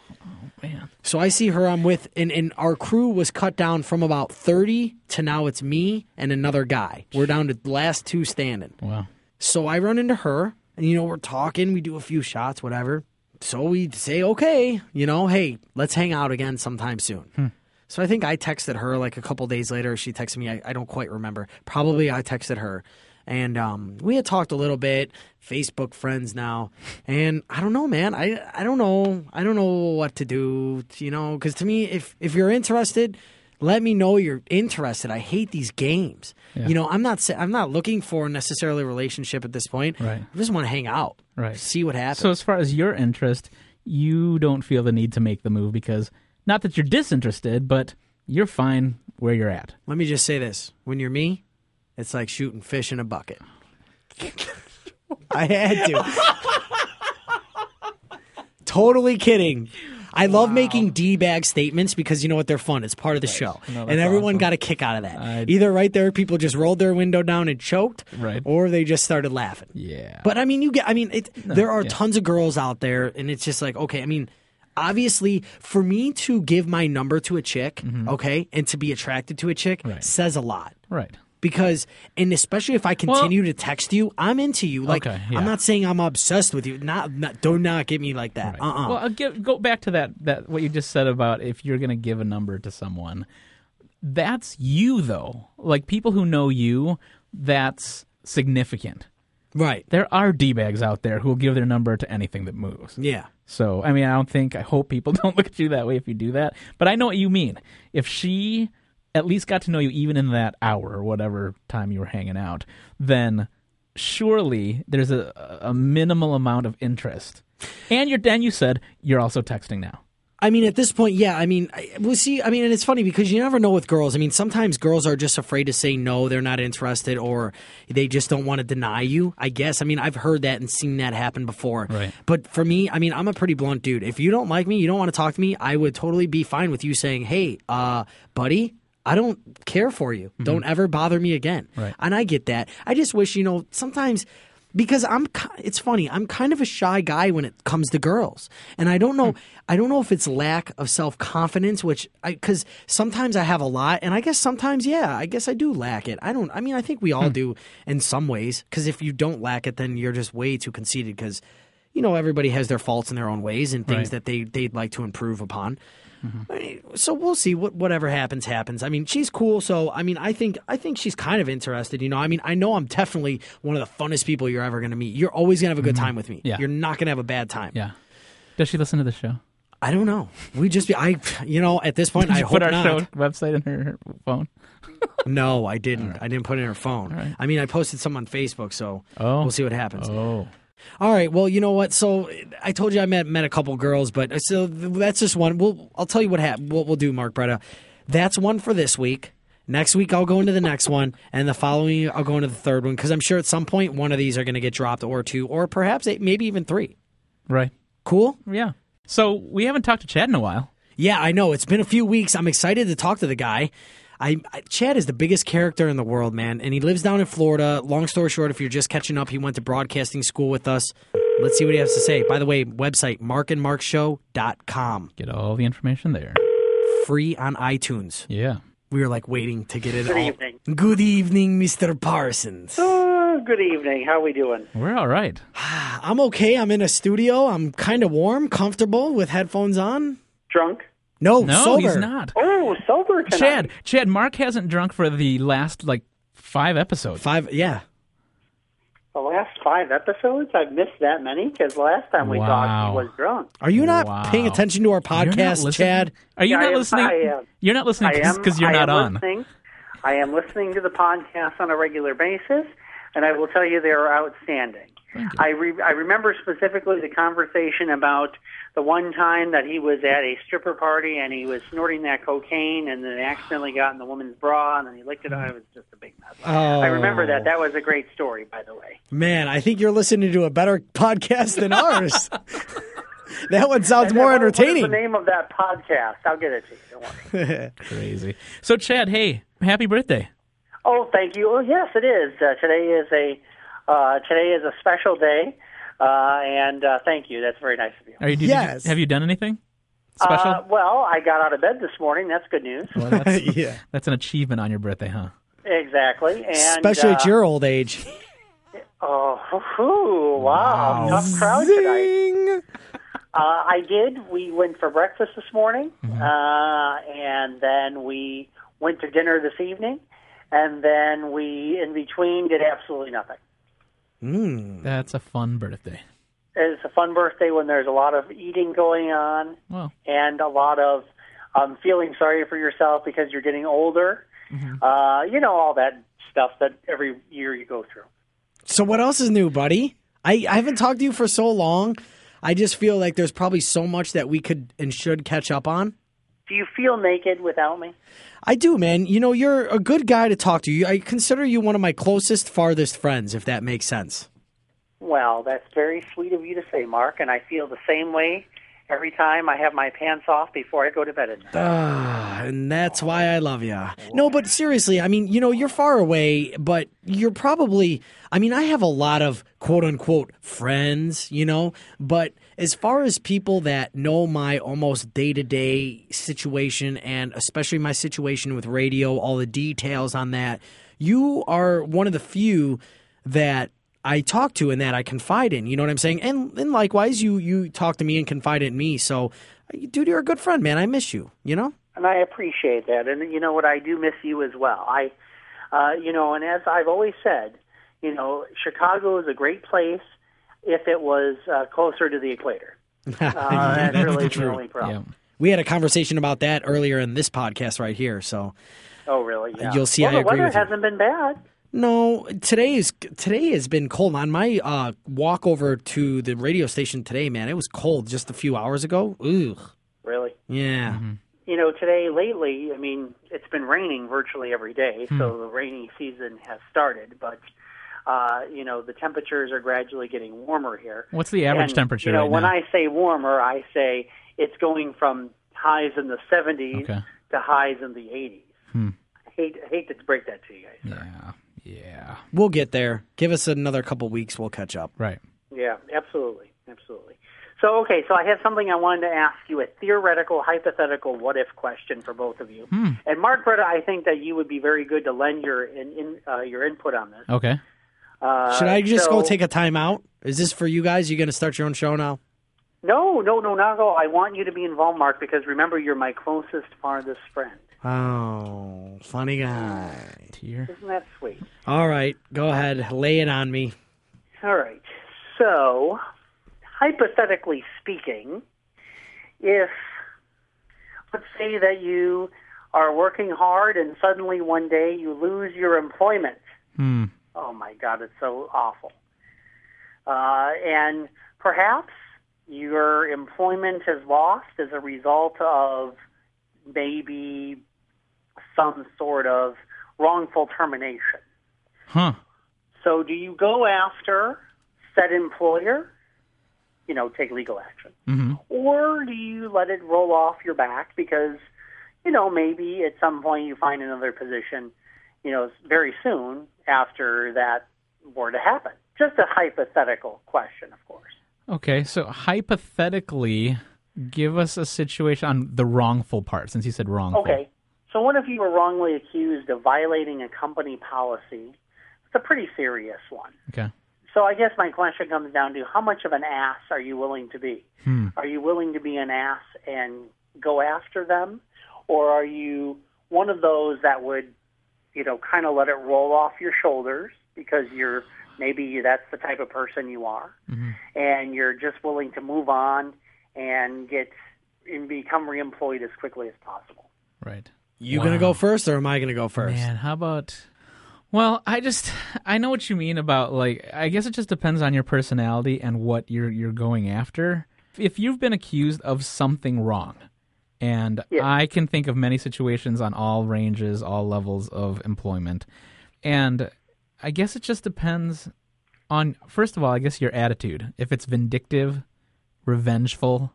[SPEAKER 4] man.
[SPEAKER 3] So I see her. I'm with, and, and our crew was cut down from about thirty to now it's me and another guy. We're down to the last two standing.
[SPEAKER 4] Wow.
[SPEAKER 3] So I run into her, and you know, we're talking, we do a few shots, whatever. So we say, okay, you know, hey, let's hang out again sometime soon. So I think I texted her like a couple days later. She texted me, I, I don't quite remember. Probably I texted her. And um, we had talked a little bit, Facebook friends now. And I don't know, man. I, I don't know. I don't know what to do, you know, because to me, if, if you're interested, let me know you're interested. I hate these games. You know, I'm not sa- I'm not looking for necessarily a relationship at this point.
[SPEAKER 4] Right.
[SPEAKER 3] I just want to hang out.
[SPEAKER 4] Right.
[SPEAKER 3] See what happens.
[SPEAKER 4] So as far as your interest, you don't feel the need to make the move because not that you're disinterested, but you're fine where you're at.
[SPEAKER 3] let me just say this: when you're me, it's like shooting fish in a bucket. I had to. totally kidding. I love making d bag statements because you know what? They're fun. It's part of the show, and everyone got a kick out of that. Either right there, people just rolled their window down and choked,
[SPEAKER 4] Right.
[SPEAKER 3] or they just started laughing.
[SPEAKER 4] Yeah.
[SPEAKER 3] But I mean, you get. I mean, it, there are tons of girls out there, and it's just like, okay. I mean, obviously, for me to give my number to a chick,
[SPEAKER 4] Mm-hmm.
[SPEAKER 3] okay, and to be attracted to a chick says a lot.
[SPEAKER 4] right.
[SPEAKER 3] Because and especially if I continue to text you, I'm into you. Like
[SPEAKER 4] Okay, yeah.
[SPEAKER 3] I'm not saying I'm obsessed with you. Not, not do not get me like that. Uh uh
[SPEAKER 4] Well, I'll give, go back to that that what you just said about if you're going to give a number to someone. That's you though. Like people who know you, that's significant.
[SPEAKER 3] Right.
[SPEAKER 4] There are d-bags out there who will give their number to anything that moves.
[SPEAKER 3] Yeah.
[SPEAKER 4] So, I mean, I don't think, I hope people don't look at you that way if you do that. But I know what you mean. If she at least got to know you even in that hour or whatever time you were hanging out, then surely there's a, a minimal amount of interest. And you're, then you said you're also texting now.
[SPEAKER 3] I mean, at this point, yeah. I mean, I, well, see, I mean, and it's funny because you never know with girls. I mean, sometimes girls are just afraid to say no, they're not interested, or they just don't want to deny you. I guess. I mean, I've heard that and seen that happen before.
[SPEAKER 4] Right.
[SPEAKER 3] But for me, I mean, I'm a pretty blunt dude. If you don't like me, you don't want to talk to me. I would totally be fine with you saying, "Hey, uh, buddy." I don't care for you. Don't ever bother me again.
[SPEAKER 4] Right.
[SPEAKER 3] And I get that. I just wish, you know, sometimes because I'm ki- it's funny, I'm kind of a shy guy when it comes to girls. And I don't know I don't know if it's lack of self-confidence which I cuz sometimes I have a lot and I guess sometimes yeah, I guess I do lack it. I don't I mean I think we all do in some ways cuz if you don't lack it then you're just way too conceited cuz you know everybody has their faults in their own ways and things
[SPEAKER 4] Right. Mm-hmm.
[SPEAKER 3] that they they'd like to improve upon. I mean, so we'll see what whatever happens happens. I mean, she's cool, so I mean, I think I think she's kind of interested. You know, I mean, I know I'm definitely one of the funnest people you're ever going to meet. You're always going to have a good time with me.
[SPEAKER 4] Mm-hmm. Yeah.
[SPEAKER 3] You're not going to have a bad time.
[SPEAKER 4] Yeah. Does she listen to the show?
[SPEAKER 3] I don't know. We just be I you know at this point I
[SPEAKER 4] Put
[SPEAKER 3] hope
[SPEAKER 4] our
[SPEAKER 3] not.
[SPEAKER 4] show website in her, her phone.
[SPEAKER 3] No, I didn't. I didn't put it in her phone.
[SPEAKER 4] right.
[SPEAKER 3] I mean, I posted some on Facebook, so
[SPEAKER 4] Oh.
[SPEAKER 3] we'll see what happens.
[SPEAKER 4] Oh.
[SPEAKER 3] All right. Well, you know what? So I told you I met met a couple girls, but uh, so that's just one. We'll I'll tell you what hap- what we'll do, Mark Bretta. That's one for this week. Next week I'll go into the next one, and the following year, I'll go into the third one because I'm sure at some point one of these are going to get dropped, or two, or perhaps eight, maybe even three.
[SPEAKER 4] Right.
[SPEAKER 3] Cool.
[SPEAKER 4] Yeah. So we haven't talked to Chad in a while.
[SPEAKER 3] Yeah, I know. It's been a few weeks. I'm excited to talk to the guy. I, I Chad is the biggest character in the world, man, and he lives down in Florida. Long story short, if you're just catching up, he went to broadcasting school with us. Let's see what he has to say. By the way, website markandmarkshow.com.
[SPEAKER 4] Get all the information there.
[SPEAKER 3] Free on iTunes.
[SPEAKER 4] Yeah.
[SPEAKER 3] we were like waiting to get it.
[SPEAKER 5] Good
[SPEAKER 3] all-
[SPEAKER 5] evening.
[SPEAKER 3] Good evening, Mr. Parsons.
[SPEAKER 5] Oh, good evening. How we doing?
[SPEAKER 4] We're all right.
[SPEAKER 3] I'm okay. I'm in a studio. I'm kind of warm, comfortable with headphones on.
[SPEAKER 5] Drunk?
[SPEAKER 3] No,
[SPEAKER 4] No,
[SPEAKER 3] Oh, sober.
[SPEAKER 4] he's not.
[SPEAKER 5] Oh, sober tonight.
[SPEAKER 4] Chad, Chad, Mark hasn't drunk for the last like five episodes.
[SPEAKER 3] Five. Yeah.
[SPEAKER 5] The last five episodes, I've missed that many because last time we talked,
[SPEAKER 4] Wow.
[SPEAKER 5] he was drunk.
[SPEAKER 3] Are you not
[SPEAKER 4] Wow.
[SPEAKER 3] paying attention to our
[SPEAKER 4] You're not
[SPEAKER 3] podcast,
[SPEAKER 4] listening?
[SPEAKER 3] Chad?
[SPEAKER 4] Are you
[SPEAKER 5] Yeah, I
[SPEAKER 4] not
[SPEAKER 5] am-
[SPEAKER 4] listening?
[SPEAKER 5] I am.
[SPEAKER 4] You're not listening
[SPEAKER 5] I am
[SPEAKER 4] because you're
[SPEAKER 5] I
[SPEAKER 4] not
[SPEAKER 5] am
[SPEAKER 4] on.
[SPEAKER 5] Listening. I am listening to the podcast on a regular basis, and I will tell you they are outstanding. I re- I remember specifically the conversation about the one time that he was at a stripper party and he was snorting that cocaine and then accidentally got in the woman's bra and then he licked it out. It was just a big mess.
[SPEAKER 3] Oh,
[SPEAKER 5] I remember that. That was a great story, by the way.
[SPEAKER 3] Man, I think you're listening to a better podcast than ours. that one sounds more
[SPEAKER 5] What-
[SPEAKER 3] entertaining.
[SPEAKER 5] What is the name of that podcast? I'll get it to you. Don't worry.
[SPEAKER 4] Crazy. So, Chad, hey, happy birthday.
[SPEAKER 5] Oh, thank you. Oh, yes, it is. Uh, today is a uh, today is a special day, uh, and uh, thank you. That's very nice of you.
[SPEAKER 4] Are you? did you-
[SPEAKER 3] Yes.
[SPEAKER 4] have you done anything special?
[SPEAKER 5] Uh, well, I got out of bed this morning. That's good news.
[SPEAKER 4] Well, that's,
[SPEAKER 3] yeah.
[SPEAKER 4] that's an achievement on your birthday, huh?
[SPEAKER 5] Exactly. And,
[SPEAKER 3] Especially
[SPEAKER 5] uh,
[SPEAKER 3] at your old age.
[SPEAKER 5] Oh, whew, wow. Tough crowd tonight.
[SPEAKER 3] Ding.
[SPEAKER 5] Uh, I did. We went for breakfast this morning, uh, and then we went to dinner this evening, and then we, in between, did absolutely nothing.
[SPEAKER 3] Hmm.
[SPEAKER 4] That's a fun birthday.
[SPEAKER 5] It's a fun birthday when there's a lot of eating going on.
[SPEAKER 4] Well,
[SPEAKER 5] and a lot of um, feeling sorry for yourself because you're getting older. Uh, you know, all that stuff that every year you go through.
[SPEAKER 3] So what else is new, buddy? I, I haven't talked to you for so long. I just feel like there's probably so much that we could and should catch up on.
[SPEAKER 5] Do you feel naked without me?
[SPEAKER 3] I do, man. You know, you're a good guy to talk to. You, I consider you one of my closest, farthest friends, if that makes sense.
[SPEAKER 5] Well, that's very sweet of you to say, Mark, and I feel the same way every time I have my pants off before I go to bed at night.
[SPEAKER 3] And that's why I love you. No, but seriously, I mean, you know, you're far away, but you're probably, I mean, I have a lot of quote unquote friends, you know, but as far as people that know my almost day to day situation and especially my situation with radio, all the details on that, you are one of the few that I talk to and that I confide in. You know what I'm saying? And and likewise, you you talk to me and confide in me. So, dude, you're a good friend, man. I miss you. You know?
[SPEAKER 5] and I appreciate that. And you know what? I do miss you as well. I, uh, you know, and as I've always said, you know, Chicago is a great place if it was uh, closer to the equator. Uh, that's, really the, only
[SPEAKER 4] yeah.
[SPEAKER 5] problem.
[SPEAKER 3] We had a conversation about that earlier in this podcast right here. So,
[SPEAKER 5] Oh, really? Yeah.
[SPEAKER 3] You'll see
[SPEAKER 5] Well,
[SPEAKER 3] I
[SPEAKER 5] the
[SPEAKER 3] agree
[SPEAKER 5] weather
[SPEAKER 3] with you.
[SPEAKER 5] hasn't been bad.
[SPEAKER 3] no, today is today has been cold. On my uh, walk over to the radio station today, man, it was cold just a few hours ago. Ugh.
[SPEAKER 5] Really?
[SPEAKER 3] Yeah.
[SPEAKER 5] You know, today lately, I mean, it's been raining virtually every day, so the rainy season has started. But uh, you know, the temperatures are gradually getting warmer here.
[SPEAKER 4] What's the average
[SPEAKER 5] And,
[SPEAKER 4] temperature
[SPEAKER 5] You know,
[SPEAKER 4] right
[SPEAKER 5] when
[SPEAKER 4] now?
[SPEAKER 5] I say warmer, I say it's going from highs in the 70s
[SPEAKER 4] Okay.
[SPEAKER 5] to highs in the 80s. I hate I hate to break that to you guys.
[SPEAKER 4] yeah. Yeah.
[SPEAKER 3] We'll get there. Give us another couple weeks. We'll catch up.
[SPEAKER 4] Right.
[SPEAKER 5] Yeah, absolutely, absolutely. So okay, so I have something I wanted to ask you—a theoretical, hypothetical, what-if question for both of you.
[SPEAKER 3] Hmm.
[SPEAKER 5] And Mark Bretta, I think that you would be very good to lend your in, in uh, your input on this.
[SPEAKER 4] Okay.
[SPEAKER 5] Uh,
[SPEAKER 3] Should I just
[SPEAKER 5] so-
[SPEAKER 3] go take a timeout? Is this for you guys? You going to start your own show now?
[SPEAKER 5] No, no, no, not at all. I want you to be involved, Mark, because remember, you're my closest, farthest friend.
[SPEAKER 3] Oh, funny guy.
[SPEAKER 4] Tear.
[SPEAKER 5] Isn't that sweet?
[SPEAKER 3] All right, go ahead. Lay it on me.
[SPEAKER 5] All right. So, hypothetically speaking, if let's say that you are working hard and suddenly one day you lose your employment.
[SPEAKER 4] Hmm.
[SPEAKER 5] Oh my God, it's so awful. Uh, and perhaps your employment is lost as a result of maybe some sort of wrongful termination.
[SPEAKER 4] Huh.
[SPEAKER 5] So do you go after said employer, you know, take legal action? Or do you let it roll off your back because, you know, maybe at some point you find another position, you know, very soon after that were to happen? Just a hypothetical question, of course.
[SPEAKER 4] Okay. So, hypothetically, give us a situation on the wrongful part since you said wrongful.
[SPEAKER 5] Okay. So, what if you were wrongly accused of violating a company policy? It's a pretty serious one.
[SPEAKER 4] Okay.
[SPEAKER 5] So I guess my question comes down to how much of an ass are you willing to be? Are you willing to be an ass and go after them, or are you one of those that would, you know, kind of let it roll off your shoulders because you're maybe that's the type of person you are, and you're just willing to move on and get and become reemployed as quickly as possible.
[SPEAKER 4] Right.
[SPEAKER 3] You gonna go first, or am I gonna go first?
[SPEAKER 4] Man, how about? Well, I just I know what you mean about like I guess it just depends on your personality and what you're you're going after. If you've been accused of something wrong, and
[SPEAKER 5] Yeah.
[SPEAKER 4] I can think of many situations on all ranges, all levels of employment, and I guess it just depends on first of all, I guess your attitude. If it's vindictive, revengeful,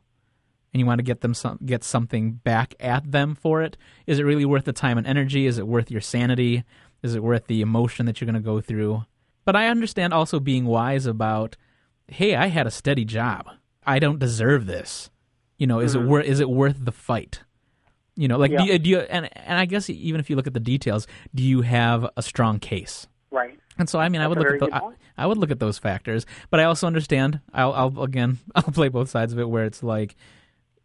[SPEAKER 4] and you want to get them some, get something back at them for it, is it really worth the time and energy? Is it worth your sanity? Is it worth the emotion that you're going to go through? But I understand also being wise about, hey, I had a steady job. I don't deserve this. You know, is it worth is it worth the fight? You know, like do,
[SPEAKER 5] Yeah.
[SPEAKER 4] you, do you and and I guess even if you look at the details, do you have a strong case?
[SPEAKER 5] Right.
[SPEAKER 4] And so, I mean, I would
[SPEAKER 5] a
[SPEAKER 4] look
[SPEAKER 5] very
[SPEAKER 4] at the,
[SPEAKER 5] good
[SPEAKER 4] I,
[SPEAKER 5] point.
[SPEAKER 4] I would look at those factors, but I also understand. I'll, I'll again, I'll play both sides of it, where it's like,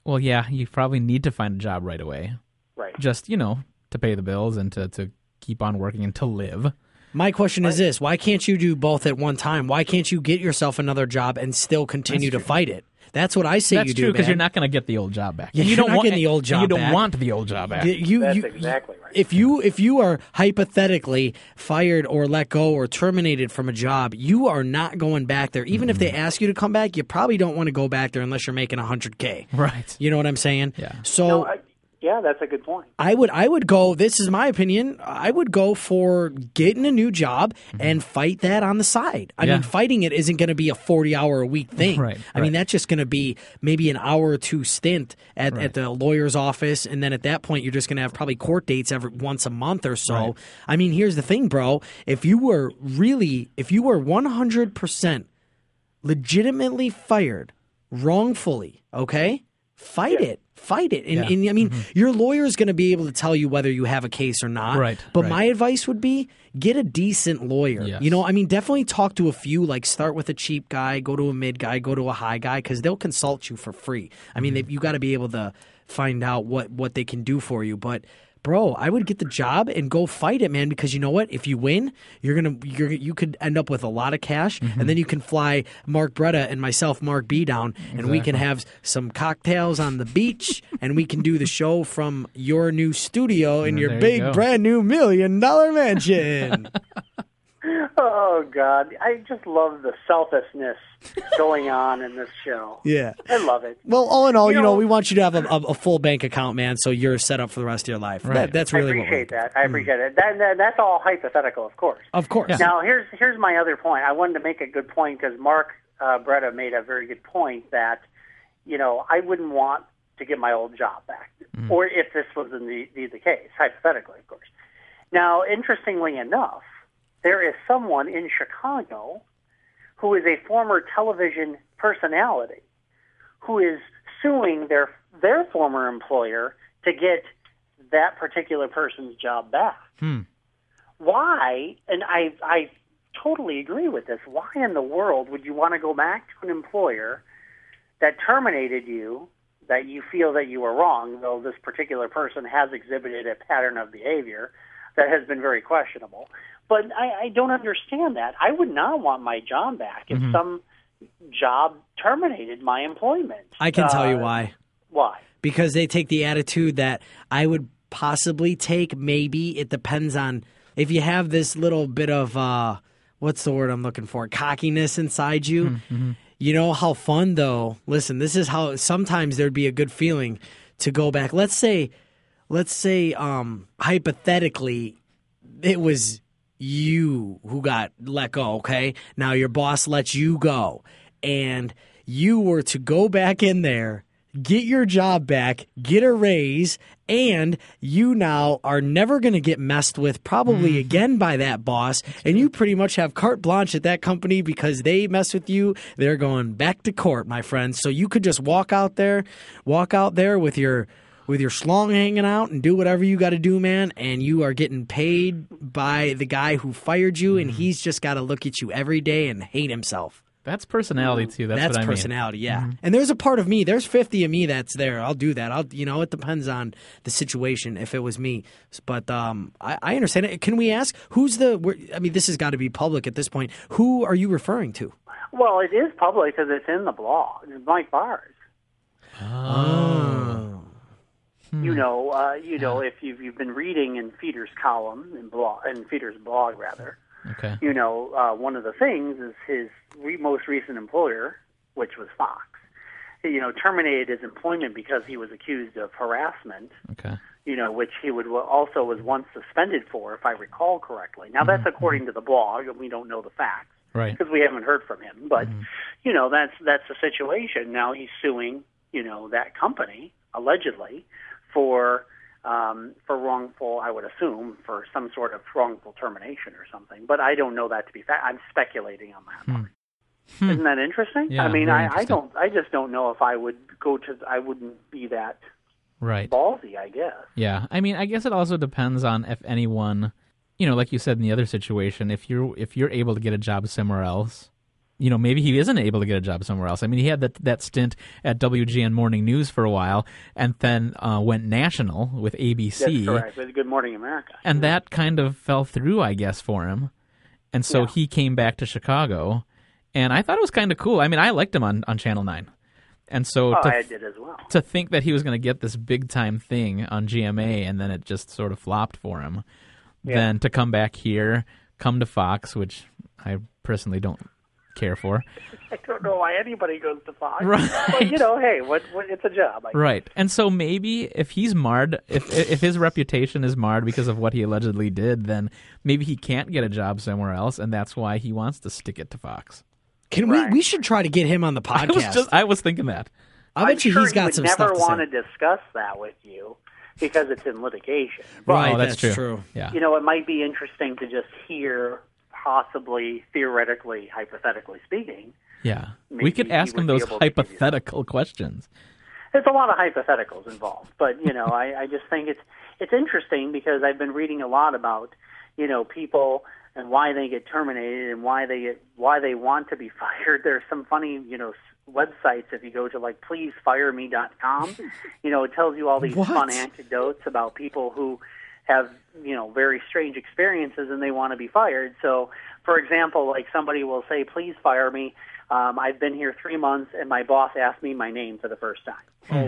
[SPEAKER 4] well, yeah, you probably need to find a job right away,
[SPEAKER 5] Right.
[SPEAKER 4] just you know, to pay the bills and to to keep on working and to live.
[SPEAKER 3] My question is this: Why can't you do both at one time? Why can't you get yourself another job and still continue to fight it? That's what I say
[SPEAKER 4] That's
[SPEAKER 3] you
[SPEAKER 4] true
[SPEAKER 3] do,
[SPEAKER 4] because
[SPEAKER 3] man.
[SPEAKER 4] you're not going to get the old job back.
[SPEAKER 3] Yeah,
[SPEAKER 4] And you
[SPEAKER 3] you're
[SPEAKER 4] don't
[SPEAKER 3] not
[SPEAKER 4] want
[SPEAKER 3] getting the old
[SPEAKER 4] and You
[SPEAKER 3] job
[SPEAKER 4] don't
[SPEAKER 3] back.
[SPEAKER 4] want the old job back.
[SPEAKER 3] You- you-
[SPEAKER 5] That's
[SPEAKER 3] you-
[SPEAKER 5] exactly right.
[SPEAKER 3] If you if you are hypothetically fired or let go or terminated from a job, you are not going back there. Even if they
[SPEAKER 4] Mm-hmm.
[SPEAKER 3] ask you to come back, you probably don't want to go back there unless you're making 100k.
[SPEAKER 4] Right.
[SPEAKER 3] You know what I'm saying?
[SPEAKER 4] Yeah.
[SPEAKER 3] So
[SPEAKER 5] No, I, yeah, that's a good point.
[SPEAKER 3] I would I would go this is my opinion I would go for getting a new job and fight that on the side. I
[SPEAKER 4] Mm-hmm. Yeah.
[SPEAKER 3] mean fighting it isn't going to be a 40 hour a week thing.
[SPEAKER 4] Right,
[SPEAKER 3] I mean
[SPEAKER 4] right.
[SPEAKER 3] that's just going to be maybe an hour or two stint at, at the lawyer's office and then at that point you're just going to have probably court dates every once a month or so. I mean here's the thing bro, if you were really if you were 100% legitimately fired wrongfully, okay? Fight it. Fight it. And, and I mean, your lawyer is going to be able to tell you whether you have a case or not.
[SPEAKER 4] Mm-hmm. Right,
[SPEAKER 3] But
[SPEAKER 4] right.
[SPEAKER 3] my advice would be get a decent lawyer.
[SPEAKER 4] Yes.
[SPEAKER 3] You know, I mean, definitely talk to a few, like start with a cheap guy, go to a mid guy, go to a high guy, because they'll consult you for free. I mean,
[SPEAKER 4] Mm-hmm.
[SPEAKER 3] they, you got to be able to find out what, what they can do for you. But bro i would get the job and go fight it man because you know what if you win you're gonna you're you could end up with a lot of cash
[SPEAKER 4] Mm-hmm.
[SPEAKER 3] and then you can fly mark bretta and myself mark b down and we can have some cocktails on the beach and we can do the show from your new studio in your
[SPEAKER 4] there you
[SPEAKER 3] big
[SPEAKER 4] go.
[SPEAKER 3] brand new million dollar mansion
[SPEAKER 5] Oh God, I just love the selflessness going on in this show.
[SPEAKER 3] yeah
[SPEAKER 5] I love it.
[SPEAKER 3] well all in all you,
[SPEAKER 5] You
[SPEAKER 3] know,
[SPEAKER 5] know-
[SPEAKER 3] we want you to have a, a, a full bank account man so you're set up for the rest of your life that, that's really Mm. what
[SPEAKER 5] I
[SPEAKER 3] we're
[SPEAKER 5] appreciate that. I appreciate it. That, that, that's all hypothetical, of course.
[SPEAKER 3] of course
[SPEAKER 5] Now, here's here's my other point. I wanted to make a good point because Mark uh, Bretta made a very good point that, you know, I wouldn't want to get my old job back, or if this was indeed the, the case, hypothetically, of course. Now, interestingly enough, there is someone in Chicago who is a former television personality who is suing their their former employer to get that particular person's job back
[SPEAKER 3] Hmm.
[SPEAKER 5] why and i i totally agree with this why in the world would you want to go back to an employer that terminated you that you feel that you were wrong though this particular person has exhibited a pattern of behavior that has been very questionable but i, I don't understand that i would not want my job back
[SPEAKER 3] Mm-hmm.
[SPEAKER 5] if some job terminated my employment
[SPEAKER 3] i can tell you
[SPEAKER 5] Uh,
[SPEAKER 3] why
[SPEAKER 5] why
[SPEAKER 3] because they take the attitude that I would possibly take. Maybe it depends on if you have this little bit of uh, what's the word I'm looking for? Cockiness inside you. You know how fun though. Listen, this is how sometimes there'd be a good feeling to go back. Let's say, let's say um, hypothetically, it was you who got let go, okay? Now your boss lets you go and you were to go back in there, get your job back, get a raise, and you now are never going to get messed with probably again by that boss and you pretty much have carte blanche at that company because they mess with you, they're going back to court, my friend. So you could just walk out there, walk out there with your with your schlong hanging out and do whatever you got to do, man. And you are getting paid by the guy who fired you,
[SPEAKER 4] Mm-hmm.
[SPEAKER 3] and he's just got to look at you every day and hate himself.
[SPEAKER 4] That's personality too. That's,
[SPEAKER 3] That's,
[SPEAKER 4] what I mean. Mm-hmm.
[SPEAKER 3] personality, yeah. And there's a part of me, there's 50 of me that's there. I'll do that. I'll, you know, it depends on the situation. If it was me, but um, I, I understand it. Can we ask who's the? where- I mean, this has got to be public at this point. Who are you referring to?
[SPEAKER 5] Well, it is public because it's in the blog. It's Mike Bars.
[SPEAKER 4] Oh. Uh,
[SPEAKER 3] Uh,
[SPEAKER 5] You know, uh, you know, if you've you've been reading in Feeder's column and blog in Feeder's blog rather,
[SPEAKER 3] Oh.
[SPEAKER 4] Okay.
[SPEAKER 5] you know, uh, one of the things is his re- most recent employer, which was Fox, you know, terminated his employment because he was accused of harassment.
[SPEAKER 4] Okay.
[SPEAKER 5] you know, which he would also was once suspended for, if I recall correctly. Now that's according to the blog, and we don't know the facts
[SPEAKER 4] Right. Mm-hmm.
[SPEAKER 5] because we haven't heard from him. But you know, that's that's the situation. Now he's suing, you know, that company allegedly for um, for wrongful, I would assume, for some sort of wrongful termination or something. But I don't know that to be fact. I'm speculating on that. part. Isn't that interesting?
[SPEAKER 4] Hmm. Yeah,
[SPEAKER 5] I mean,
[SPEAKER 4] very
[SPEAKER 5] I, I
[SPEAKER 4] interesting.
[SPEAKER 5] don't, I just don't know if I would go to, I wouldn't be that
[SPEAKER 4] Right.
[SPEAKER 5] ballsy, I guess.
[SPEAKER 4] Yeah. I mean, I guess it also depends on if anyone, you know, like you said in the other situation, if you're if you're able to get a job somewhere else, you know, maybe he isn't able to get a job somewhere else. I mean, he had that that stint at WGN Morning News for a while, and then uh, went national with ABC,
[SPEAKER 5] That's correct. With Good Morning America.
[SPEAKER 4] and that kind of fell through, I guess, for him. And so he came back to Chicago, and I thought it was kind of cool. I mean, I liked him on on Channel Nine, and so
[SPEAKER 5] oh,
[SPEAKER 4] to
[SPEAKER 5] I did as well.
[SPEAKER 4] to think that he was going to get this big time thing on GMA and then it just sort of flopped for him. Then to come back here, come to Fox, which I personally don't care for.
[SPEAKER 5] I don't know why anybody goes to Fox.
[SPEAKER 4] Right.
[SPEAKER 5] But you know, hey, what, what it's a job. I
[SPEAKER 4] Right. And so maybe if he's marred, if if his reputation is marred because of what he allegedly did, then maybe he can't get a job somewhere else and that's why he wants to stick it to Fox.
[SPEAKER 3] Can we? We should try to get him on the podcast.
[SPEAKER 4] I was just I was thinking that.
[SPEAKER 3] I bet
[SPEAKER 5] I'm
[SPEAKER 3] you
[SPEAKER 5] sure
[SPEAKER 3] he's
[SPEAKER 5] he
[SPEAKER 3] got
[SPEAKER 5] would
[SPEAKER 3] some
[SPEAKER 5] never
[SPEAKER 3] stuff to
[SPEAKER 5] want
[SPEAKER 3] say.
[SPEAKER 5] to discuss that with you because it's in litigation.
[SPEAKER 3] Right,
[SPEAKER 4] oh, that's,
[SPEAKER 3] that's
[SPEAKER 4] true.
[SPEAKER 3] true.
[SPEAKER 4] Yeah.
[SPEAKER 5] You know, it might be interesting to just hear, possibly, theoretically, hypothetically speaking.
[SPEAKER 4] yeah.
[SPEAKER 5] maybe
[SPEAKER 4] We could
[SPEAKER 5] he
[SPEAKER 4] ask him
[SPEAKER 5] would be
[SPEAKER 4] those
[SPEAKER 5] able to give you-
[SPEAKER 4] hypothetical questions.
[SPEAKER 5] There's a lot of hypotheticals involved, but you know, I, I just think it's it's interesting because I've been reading a lot about you know people and why they get terminated and why they get why they want to be fired. There's some funny you know s- websites if you go to like pleasefireme.com, you know, it tells you all these
[SPEAKER 3] What?
[SPEAKER 5] fun anecdotes about people who have you know very strange experiences and they want to be fired. So, for example, like somebody will say, "Please fire me." Um, I've been here three months, and my boss asked me my name for the first time.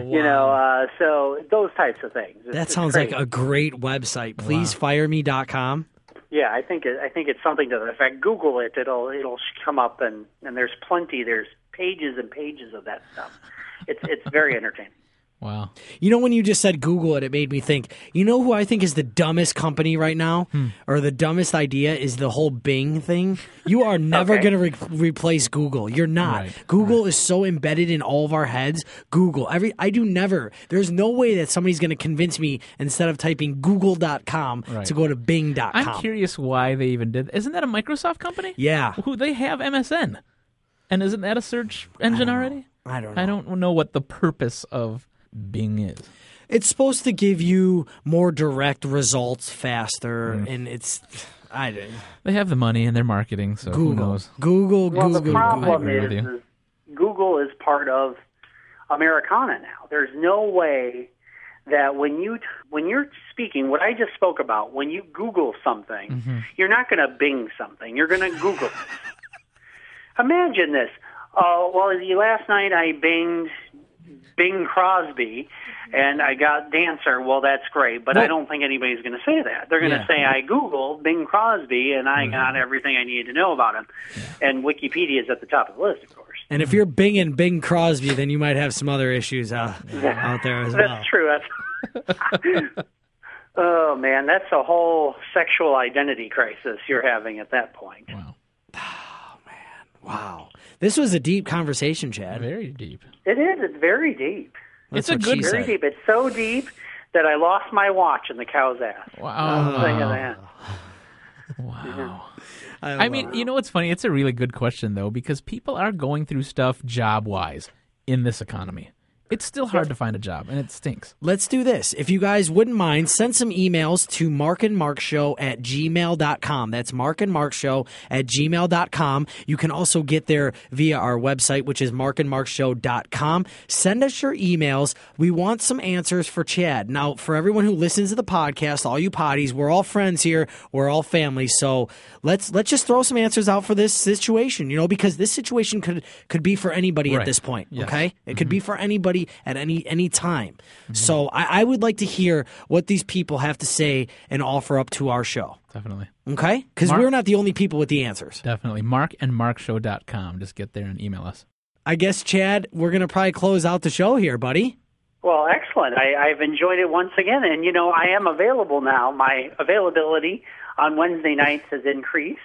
[SPEAKER 5] You know, uh, so those types of things. It's-
[SPEAKER 3] That
[SPEAKER 5] it's
[SPEAKER 3] sounds
[SPEAKER 5] great.
[SPEAKER 3] like a great website. Pleasefireme.com.
[SPEAKER 5] yeah. I think it, I think it's something to that effect. Google it; it'll it'll sh- come up, and and there's plenty. There's pages and pages of that stuff. It's it's very entertaining.
[SPEAKER 4] Wow.
[SPEAKER 3] You know, when you just said Google it, it made me think. You know who I think is the dumbest company right now,
[SPEAKER 4] Hmm.
[SPEAKER 3] or the dumbest idea is the whole Bing thing. You are never
[SPEAKER 5] Okay.
[SPEAKER 3] going to re- replace Google. You're not.
[SPEAKER 4] Right,
[SPEAKER 3] Google is so embedded in all of our heads. Google. Every I do never. There's no way that somebody's going to convince me instead of typing Google.com
[SPEAKER 4] Right.
[SPEAKER 3] to go to Bing.com.
[SPEAKER 4] I'm curious why they even did. Isn't that a Microsoft company?
[SPEAKER 3] Yeah.
[SPEAKER 4] Who they have MSN, and isn't that a search engine already?
[SPEAKER 3] I don't know.
[SPEAKER 4] I don't know what the purpose of Bing is.
[SPEAKER 3] It's supposed to give you more direct results faster,
[SPEAKER 4] Mm.
[SPEAKER 3] and it's. I didn't.
[SPEAKER 4] They have the money and they're marketing, so who
[SPEAKER 3] Google.
[SPEAKER 4] knows?
[SPEAKER 3] Google.
[SPEAKER 5] Well,
[SPEAKER 3] Google.
[SPEAKER 5] the
[SPEAKER 3] Google.
[SPEAKER 5] problem
[SPEAKER 4] agree with
[SPEAKER 5] is,
[SPEAKER 4] you.
[SPEAKER 5] is Google is part of Americana now. There's no way that when you when you're speaking, what I just spoke about, when you Google something, you're not going to Bing something. You're going to Google. it. Imagine this. Uh, well, the- last night I Binged Bing Crosby, and I got dancer. Well, that's great, but I don't think anybody's going to say that. They're going to
[SPEAKER 4] Yeah.
[SPEAKER 5] say I Googled Bing Crosby, and I got everything I needed to know about him. And Wikipedia is at the top of the list, of course.
[SPEAKER 3] And if you're binging Bing Crosby, then you might have some other issues out, out there as well.
[SPEAKER 5] That's true. That's. oh man, that's a whole sexual identity crisis you're having at that point.
[SPEAKER 4] Wow,
[SPEAKER 3] Wow. This was a deep conversation, Chad.
[SPEAKER 4] very deep.
[SPEAKER 5] It is. It's very deep.
[SPEAKER 4] It's
[SPEAKER 3] That's
[SPEAKER 4] a
[SPEAKER 3] what
[SPEAKER 4] good-
[SPEAKER 3] she
[SPEAKER 5] Very
[SPEAKER 3] said.
[SPEAKER 5] deep. It's so deep that I lost my watch in the cow's ass.
[SPEAKER 3] Uh,
[SPEAKER 4] Wow,
[SPEAKER 5] Think of that.
[SPEAKER 4] wow.
[SPEAKER 3] I,
[SPEAKER 4] I mean, you know what's funny? It's a really good question though, because people are going through stuff job wise in this economy. It's still hard to find a job, and it stinks.
[SPEAKER 3] Let's do this. If you guys wouldn't mind, send some emails to markandmarkshow at gmail.com. That's markandmarkshow at gmail.com. You can also get there via our website, which is markandmarkshow.com. Send us your emails. We want some answers for Chad. Now, for everyone who listens to the podcast, all you potties, we're all friends here. We're all family. So let's let's just throw some answers out for this situation, you know, because this situation could could be for anybody at
[SPEAKER 4] Right.
[SPEAKER 3] this point.
[SPEAKER 4] Yes.
[SPEAKER 3] Okay? It could be for anybody at any any time. So I, I would like to hear what these people have to say and offer up to our show.
[SPEAKER 4] Definitely.
[SPEAKER 3] Okay? Because
[SPEAKER 4] Mark-
[SPEAKER 3] we're not the only people with the answers.
[SPEAKER 4] Definitely. Mark and markshow.com. Just get there and email us.
[SPEAKER 3] I guess Chad, we're gonna probably close out the show here, buddy.
[SPEAKER 5] Well, excellent. I, I've enjoyed it once again, and you know I am available now. My availability on Wednesday nights has increased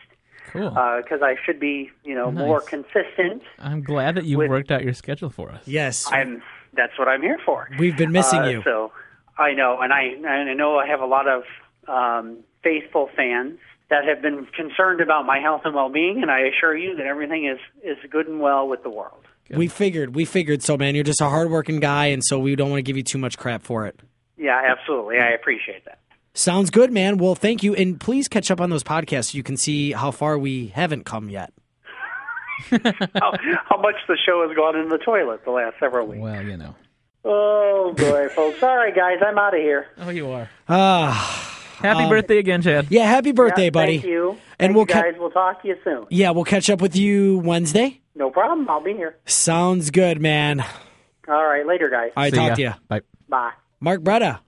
[SPEAKER 4] Cool.
[SPEAKER 5] because I should be, you know,
[SPEAKER 4] Nice.
[SPEAKER 5] more consistent.
[SPEAKER 4] I'm glad that you
[SPEAKER 5] with-
[SPEAKER 4] worked out your schedule for us.
[SPEAKER 3] Yes.
[SPEAKER 5] I'm. That's what I'm here for.
[SPEAKER 3] we've been missing
[SPEAKER 5] Uh,
[SPEAKER 3] you.
[SPEAKER 5] So I know, and I and I know I have a lot of um, faithful fans that have been concerned about my health and well-being, and I assure you that everything is is good and well with the world.
[SPEAKER 3] We figured, we figured so man, you're just a hardworking guy and so we don't want to give you too much crap for it.
[SPEAKER 5] Yeah, absolutely. I appreciate that.
[SPEAKER 3] Sounds good, man. Well, thank you. And please catch up on those podcasts so you can see how far we haven't come yet.
[SPEAKER 5] How, how much the show has gone in the toilet the last several weeks.
[SPEAKER 4] Well, you know.
[SPEAKER 5] Oh boy, folks. All right, guys, I'm out of here.
[SPEAKER 4] Oh, you are.
[SPEAKER 3] Ah,
[SPEAKER 4] Happy birthday again, Chad.
[SPEAKER 3] yeah, happy birthday,
[SPEAKER 5] Yeah,
[SPEAKER 3] buddy.
[SPEAKER 5] Thank you.
[SPEAKER 3] And
[SPEAKER 5] Thank
[SPEAKER 3] we'll
[SPEAKER 5] you
[SPEAKER 3] ca-
[SPEAKER 5] guys. We'll talk to you soon.
[SPEAKER 3] Yeah, we'll catch up with you Wednesday.
[SPEAKER 5] No problem. I'll be here.
[SPEAKER 3] Sounds good, man.
[SPEAKER 5] All right, later, guys.
[SPEAKER 3] I
[SPEAKER 4] See
[SPEAKER 3] talk
[SPEAKER 4] ya.
[SPEAKER 3] to you.
[SPEAKER 4] Bye.
[SPEAKER 5] Bye.
[SPEAKER 3] Mark Bretta,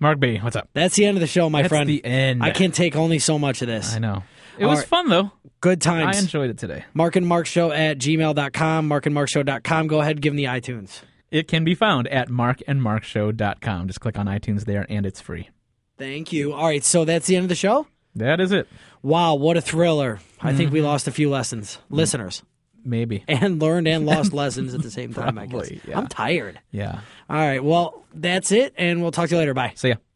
[SPEAKER 4] Mark B, what's up?
[SPEAKER 3] that's the end of the show, my
[SPEAKER 4] That's
[SPEAKER 3] friend.
[SPEAKER 4] the end.
[SPEAKER 3] I can take only so much of this.
[SPEAKER 4] I know. It
[SPEAKER 3] All
[SPEAKER 4] was
[SPEAKER 3] right.
[SPEAKER 4] fun, though.
[SPEAKER 3] Good
[SPEAKER 4] I
[SPEAKER 3] times.
[SPEAKER 4] enjoyed it today.
[SPEAKER 3] Mark and Mark Show at gmail.com, markandmarkshow.com. Go ahead and give them the iTunes.
[SPEAKER 4] It can be found at markandmarkshow.com. Just click on iTunes there, and it's free.
[SPEAKER 3] Thank you. All right, so that's the end of the show.
[SPEAKER 4] That is it.
[SPEAKER 3] Wow, what a thriller. I think
[SPEAKER 4] Mm-hmm.
[SPEAKER 3] we lost a few lessons, listeners,
[SPEAKER 4] Maybe.
[SPEAKER 3] and learned and lost lessons at the same time, I guess.
[SPEAKER 4] Probably, yeah.
[SPEAKER 3] I'm tired.
[SPEAKER 4] Yeah.
[SPEAKER 3] All right, well, that's it, and we'll talk to you later. Bye.
[SPEAKER 4] See ya.